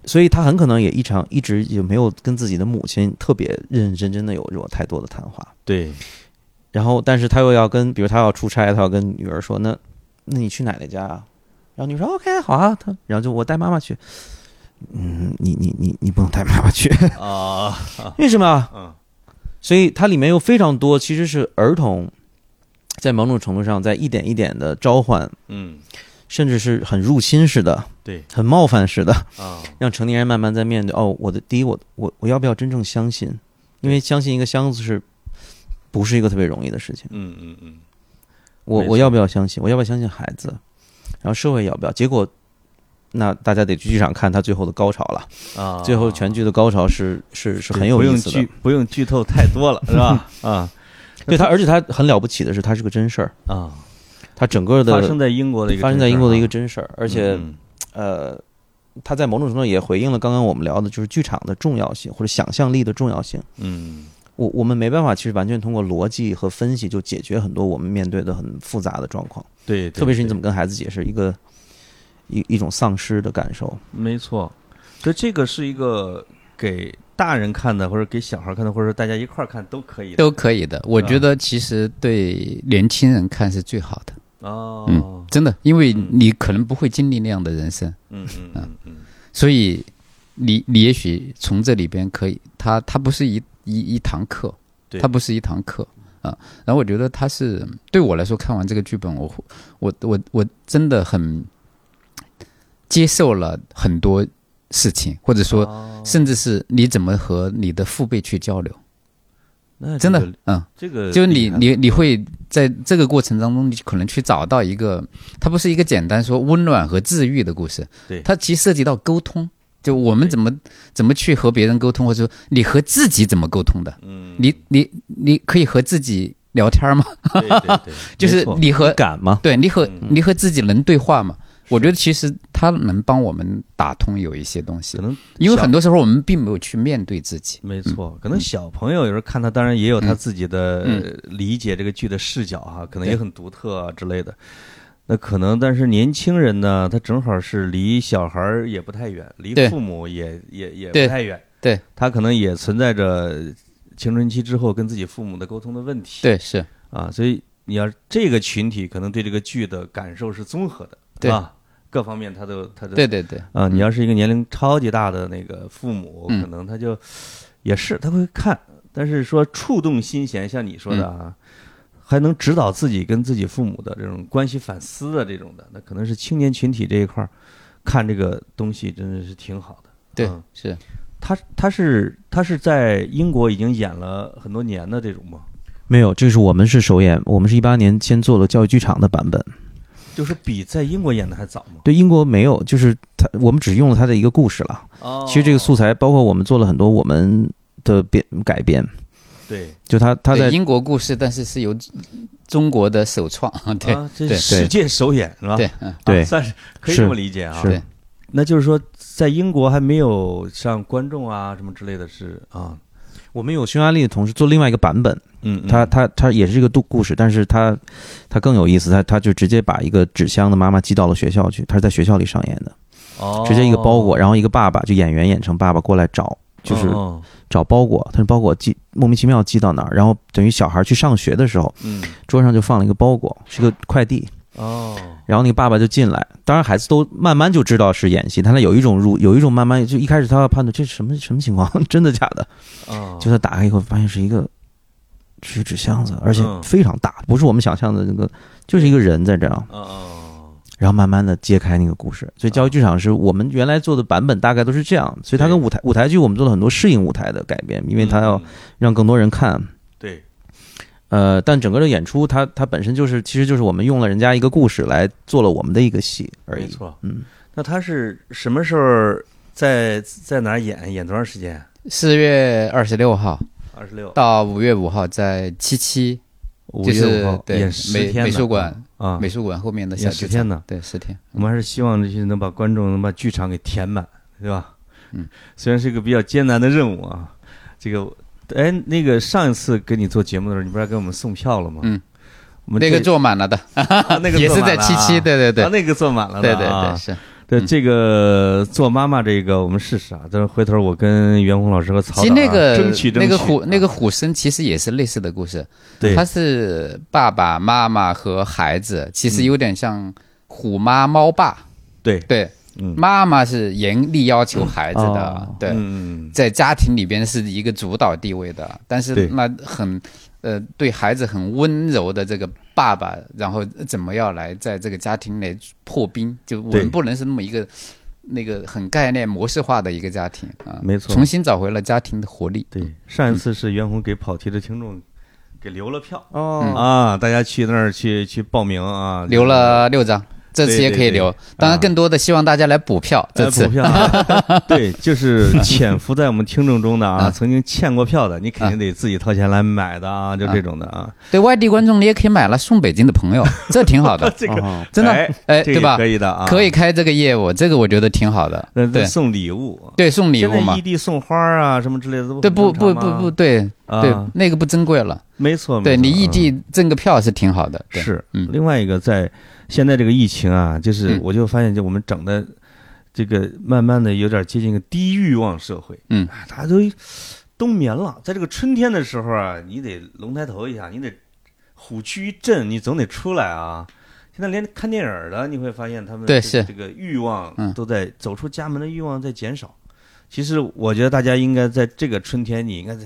所以他很可能也一场一直也没有跟自己的母亲特别认认真真的有有太多的谈话。
对，
然后，但是他又要跟，比如他要出差，他要跟女儿说，那那你去奶奶家啊？然后女儿说 OK 好啊，他然后就我带妈妈去。嗯，你你你你不能带妈妈去，
啊，
为什么？
嗯，
所以它里面有非常多其实是儿童在某种程度上在一点一点的召唤，
嗯，
甚至是很入侵式的、
对
很冒犯式的，
啊，
让成年人慢慢在面对哦，我的第一，我我我要不要真正相信？因为相信一个箱子是不是一个特别容易的事情？
嗯嗯嗯，
我
没错
我要不要相信？我要不要相信孩子？然后社会要不要？结果那大家得去剧场看它最后的高潮了。
啊，
最后全剧的高潮是是是
对
很有
不
意
用
思的
剧，不用剧透太多了，是 吧？啊
对它，而且它很了不起的是，它是个真事儿，
啊，
它整个的
发生在英国的一个
发
真
生
事儿啊，
在英国的一个真事儿，而且
嗯
呃，它在某种程度上也回应了刚刚我们聊的，就是剧场的重要性或者想象力的重要性。
嗯
我我们没办法去完全通过逻辑和分析就解决很多我们面对的很复杂的状况，
对，
特别是你怎
么
么跟孩子解释一个一一种丧失的感受。
没错，所以这个是一个给大人看的，或者给小孩看的，或者大家一块儿看都可以的
都可以
嗯
的。我觉得其实对年轻人看是最好的，
哦，
真的，因为
嗯
你可能不会经历那样的人生，
嗯嗯嗯嗯，
所以你你也许从这里边可以，它它不是一一一堂课，
对
它不是一堂课啊。然后我觉得它是对我来说，看完这个剧本，我我我我真的很接受了很多事情，或者说
哦
甚至是你怎么和你的父辈去交流，
那这
真的
个，
嗯。
这个
就是
厉
你
害了
你你会在这个过程当中，你可能去找到一个，它不是一个简单说温暖和治愈的故事，
对
它其实涉及到沟通，就我们
对
怎么怎么去和别人沟通，或者说你和自己怎么沟通的，
嗯，
你你你可以和自己聊天吗？
对对对，
就是
没错
你和
呃敢吗？
对你和
嗯
你和自己能对话吗？我觉得其实它能帮我们打通有一些东西
可，能
因为
小
很多时候我们并没有去面对自己。
没错，可能小朋友有时候看他，当然也有他自己的、
嗯
呃理解这个剧的视角哈、可能
对
也很独特啊之类的。那可能，但是年轻人呢，他正好是离小孩儿也不太远，离
对
父母也也也
对
不太远，
对
他可能也存在着青春期之后跟自己父母的沟通的问题。
对，是
啊，所以你要这个群体可能对这个剧的感受是综合的，
对
啊，各方面他都他的
对对对，
啊，你要是一个年龄超级大的那个父母，
嗯
可能他就也是他会看，但是说触动心弦，像你说的
嗯
啊，还能指导自己跟自己父母的这种关系反思的这种的，那可能是青年群体这一块儿看这个东西真的是挺好的。
对
嗯
是。
他他是他是在英国已经演了很多年的这种吗？
没有，这是我们是首演，我们是一八年先做了教育剧场的版本。
就是比在英国演的还早吗？
对英国没有，就是它，我们只用了它的一个故事了。
哦
其实这个素材包括我们做了很多我们的编改编，
对
就它它
对
在
英国故事，但是是由中国的首创， 对、
啊，这是
对
世界首演是吧？
对，嗯，
对
啊算是可以
是
这么理解啊。
是
对
那就是说，在英国还没有像观众啊什么之类的是啊，
我们有匈牙利的同事做另外一个版本，
嗯，
它它它也是这个故故事，但是它它更有意思，它它就直接把一个纸箱的妈妈寄到了学校去，它是在学校里上演的，
哦
直接一个包裹，然后一个爸爸就演员演成爸爸过来找，就是
哦
找包裹，他是包裹寄莫名其妙寄到哪儿，然后等于小孩去上学的时候，
嗯
桌上就放了一个包裹，是个快递，
哦，
然后那个爸爸就进来，当然孩子都慢慢就知道是演戏，但他有一种入，有一种慢慢就一开始他要判断这是什么什么情况， 真的假的？
哦
就他打开以后发现是一个是一个纸箱子，而且
嗯
非常大，不是我们想象的那个，就是一个人在这样，
哦哦
然后慢慢的揭开那个故事。所以教育剧场是我们原来做的版本大概都是这样，所以它跟
对
舞台舞台剧我们做了很多适应舞台的改编，因为它要
嗯
让更多人看。
对
呃，但整个的演出它，它本身就是，其实就是我们用了人家一个故事来做了我们的一个戏而
没
已。
错。
嗯，
那他是什么时候在在哪儿演？演多长时间？
四月二十六号
二十六
到五月五号，在七七，
五
就
月五
是
号
对
演十
美
天
美
呢
术馆、
啊
美，术馆后面的小
演
剧
十
场，
天呢。
对，十天，
我们还是希望这些能把观众能把剧场给填满，对吧？
嗯，
虽然是一个比较艰难的任务啊，这个，哎，那个上一次跟你做节目的时候，你不是还给我们送票了吗？
嗯，
我们这
那个坐满了的，
啊 那个
也
坐
是
满
在
了
七七，
啊
对对对，
啊，那个坐满了的
对
啊，
对对是，
对
嗯
这个做妈妈这个我们试试啊，但是回头我跟袁弘老师和曹
其
导
实
啊
那个
争取争取
那个虎
啊
那个虎生其实也是类似的故事，
对
它是爸爸妈妈和孩子，其实有点像虎妈猫爸，
对，
对，
嗯
妈妈是严厉要求孩子的，
哦
对，
嗯
在家庭里边是一个主导地位的，但是
对
那很呃对孩子很温柔的这个爸爸，然后怎么样来在这个家庭内破冰？就我
对
们不能是那么一个那个很概念模式化的一个家庭啊，
没错
重新找回了家庭的活力。
对，上一次是袁弘给跑题的听众给留了票
哦
啊，大家去那儿去去报名啊，
留了六张，这次也可以留。当然，更多的希望大家来补票。这
呃
次
补票 啊，对，就是潜伏在我们听众中的啊，
啊
曾经欠过票的，你肯定得自己掏钱来买的啊，就
啊
这种的啊，
对外地观众，你也可以买了送北京
，
的朋友，这挺好的
这个
哦
啊真的，
哎
哎，
这
对
个
吧
可？以的啊，
可以。开这个业务，这个我觉得挺好的。
那那
对
送礼物，
对，送礼物
现在
嘛
异，地送花啊什么之类的，
对，不
很
不
正常
不
吗
不，，对
啊
对，那个不珍贵了。
没错，
对
没错
你异
嗯
地挣个票是挺好的，对
是，
嗯
另外一个在现在这个疫情啊，就是
嗯
我就发现，就我们整的这个慢慢的有点接近一个低欲望社会，
嗯
啊，大家都冬眠了，在这个春天的时候啊，你得龙抬头一下，你得虎躯一震，你总得出来啊。现在连看电影儿的，你会发现他们
对
这
是
这个欲望
嗯
都在走出家门的欲望在减少。其实我觉得大家应该在这个春天，你应该在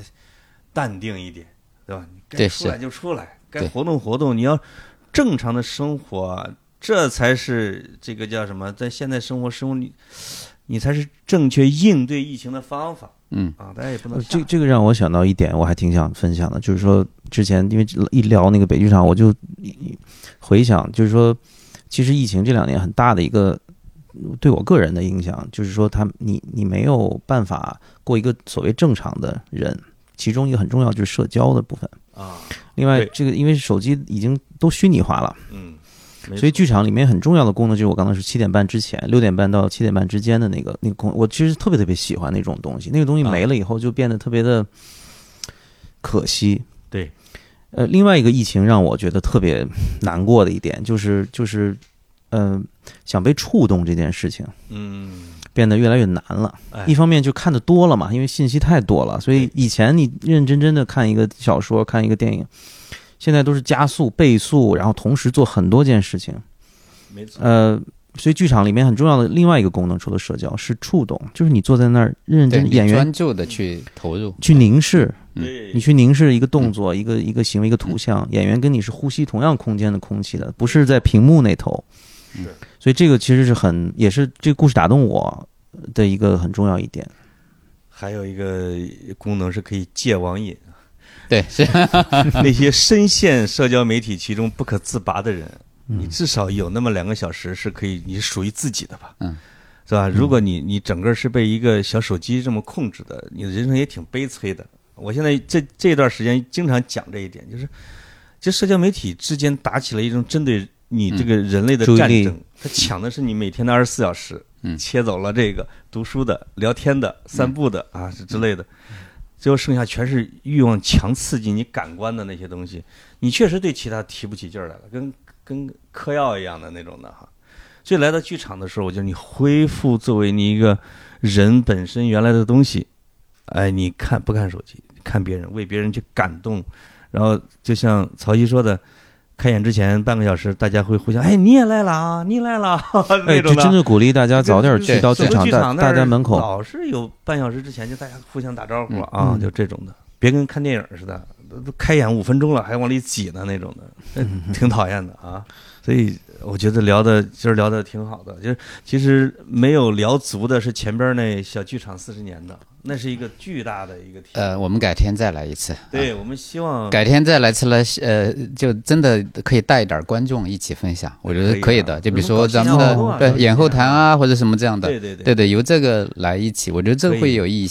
淡定一点，对吧？你该
对
出来就出来，该
对
活动活动，你要正常的生活，这才是这个叫什么？在现在生活生活里，你才是正确应对疫情的方法
嗯
啊！大家也不能
呃
吓
这这个让我想到一点，我还挺想分享的，就是说之前因为一聊那个北剧场，我就回想，就是说，其实疫情这两年很大的一个呃对我个人的影响，就是说他你你没有办法过一个所谓正常的人，其中一个很重要就是社交的部分。
啊，
另外
对，
这个因为手机已经都虚拟化了，
嗯，没
所以
错
剧场里面很重要的功能就是我刚才说七点半之前，六点半到七点半之间的那个那个功，我其实特别特别喜欢那种东西。那个东西
啊
没了以后，就变得特别的可惜。
对，
呃，另外一个疫情让我觉得特别难过的一点就是就是，嗯、想被触动这件事情
嗯，
变得越来越难了。
哎
一方面就看的多了嘛，因为信息太多了，所以以前你认认真真的看一个小说、看一个电影，现在都是加速、倍速，然后同时做很多件事情。
没错，
呃，所以剧场里面很重要的另外一个功能，除了社交，是触动，就是你坐在那儿认认
对，
真
你
演员
专注的去投入，
去凝视，
嗯
对
你去凝视一个动作、一个一个行为、一个图像，演员跟你是呼吸同样空间的空气的，不是在屏幕那头。
是
所以这个其实是很，也是这个故事打动我的一个很重要一点。
还有一个功能是可以戒网瘾，
对， 是
那些深陷社交媒体其中不可自拔的人，你至少有那么两个小时是可以，你是属于自己的吧？
嗯，
是吧？如果你你整个是被一个小手机这么控制的，你的人生也挺悲催的。我现在这这段时间经常讲这一点，就是，就社交媒体之间打起了一种针对你这个人类的
注意
战
力
争，它抢的是你每天的二十四小时，
嗯
切走了这个读书的、聊天的、散步的啊之类的，最后剩下全是欲望强刺激你感官的那些东西，你确实对其他提不起劲儿来了，跟跟嗑药一样的那种的哈。所以来到剧场的时候，我觉得你恢复作为你一个人本身原来的东西，哎，你看不看手机，看别人，为别人去感动，然后就像曹曦说的。开演之前半个小时，大家会互相哎，你也来了啊，你来了、啊、 那
哎，
种
这
的。
真的鼓励大家
这
早点
这
去到
走
剧
到
场，大
那儿
大家门口。
老是有半小时之前就大家互相打招呼了
嗯
啊，
嗯
就这种的，别跟看电影似的，都都开演五分钟了还往里挤呢那种的，那挺讨厌的啊。所以我觉得聊的今儿聊的挺好的，就是其实没有聊足的是前边那小剧场四十年的，那是一个巨大的一个体验。
呃，我们改天再来一次。啊
对我们希望
改天再来次了，呃，就真的可以带一点观众一起分享，我觉得
可以啊
以
的
的。就比
我
如说
们搞
咱
线
们
下活动啊
的
搞
对
线
演后
下
谈啊，或者什么这样的，
对对对
对对，由这个来一起，我觉得这
可以
会有意义，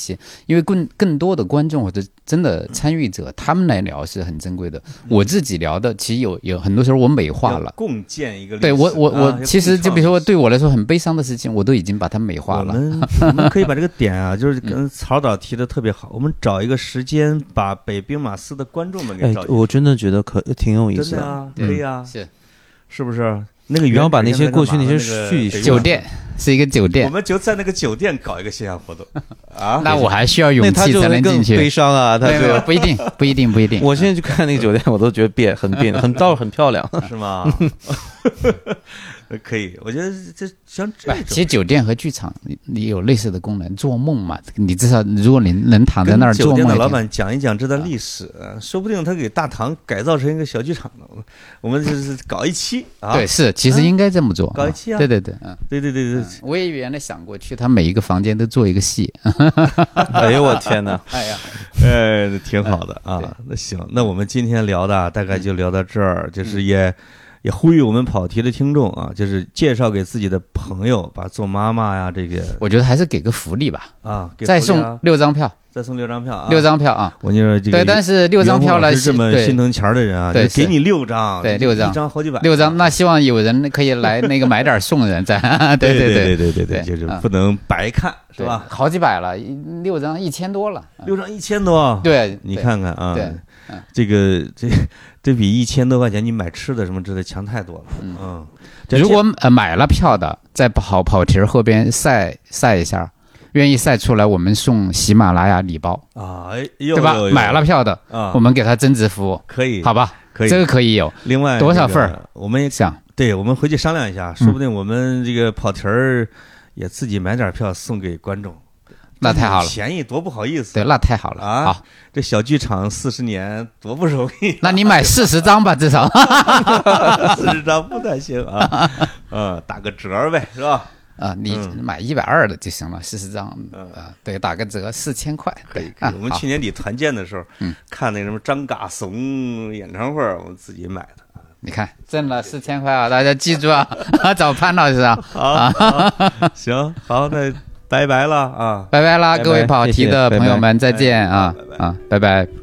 因为更更多的观众或者真的参与者，他们来聊是很珍贵的。
嗯
我自己聊的，其实有有很多时候我美化
要
了。
共建一个历史。
对我我
啊
我，其实就比如。
要共创
说对我来说很悲伤的事情，我都已经把它美化
我
了。 嗯
们我们可以把这个点啊，就是跟曹导提的特别好，我们找一个时间把北兵马司的观众们给
哎
找，进
我
来，
真的觉得可挺有意
真
思
的
的。
啊，
嗯
可以啊，
是
是不是？那个原
然后把
始
那些
人
过去
干嘛
那些
个
叙
北
事
兵马
酒店是一个酒
我
店，
们就在那个酒店搞一个线下活 动啊。
那我还需要勇
那他
气
就
才
会
能
更
进去。
悲伤啊！他
没有没
就
有，不一定，不一定，不 一定。
我现在去看那个酒店，我都觉得变很变很倒很漂亮。
是吗？ 可以，我觉得这像这
不
种，
哎其实酒店和剧场你你有类似的功能，做梦嘛，你至少如果你能躺在那儿
跟酒
做
店
梦
的
也
老
挺，嗯
板讲一讲这段历史，说不定他给大堂改造成一个小剧场呢。我们就是搞一期啊，
对，是，其实应该这么做。
搞一期啊
对对对，嗯，
对对对对，
我也原来想过去他每一个房间都做一个戏。
哎呦我天哪！
哎呀，
呃，挺好的
对嗯
啊。那行，那我们今天聊的啊大概就聊到这儿，就是也也呼吁我们跑题的听众啊，就是介绍给自己的朋友，把做妈妈呀这个
我觉得还是给个福利吧，
啊，给回
再
家
送六张票，
再送六张票啊，
六。张票啊。
我跟你说，这个
对，但是六张票呢
是这么
对
心疼钱儿的人啊，
对
就给你六张，
对六张
一张好几百，
六张，那希望有人可以来那个买点儿送 人，咱对
对
对
对对对
对
就是
啊
不能白看，是
对
吧？
好几百了，一六张一千多了，
六张一千多，，
对，
嗯你
对
看看啊
对，嗯
这个这这比一千多块钱你买吃的什么之类强太多了，
嗯
嗯，这
如果呃买了票的，在跑跑题儿后边晒晒一下，愿意晒出来，我们送喜马拉雅礼包，
啊，哎，又
对吧
又？又
买了票的，
啊，
我们给他增值服务，
可以，
好，吧？
可以，
这个可以有，
另外
多少
这个
份儿？嗯
我们也
想
对，我们回去商量一下，说不定我们这个跑题儿也自己买点票送给观众，
那太好了，
便宜多不好意思
对，。那太好了，
嗯啊
好，
这小剧场四十年多不容易，
那你买四十张吧，至少
四十张不太行啊，嗯，打个折儿呗，是吧？
啊，你
嗯
买一百二的就行了，四十张
嗯
啊，对，打个折四千块，
可
对
以，可以
啊。
我们
好
去年底团建的时候
嗯，
看那什么张嘎怂演唱会儿，我们自己买的。
你看挣了四千块啊，大家记住啊， 找潘老师啊，
好，好行，好，那拜拜了啊。
拜拜啦，
拜拜
各位跑题的
谢谢
朋友们，
拜拜
再见啊
拜拜
啊，拜拜。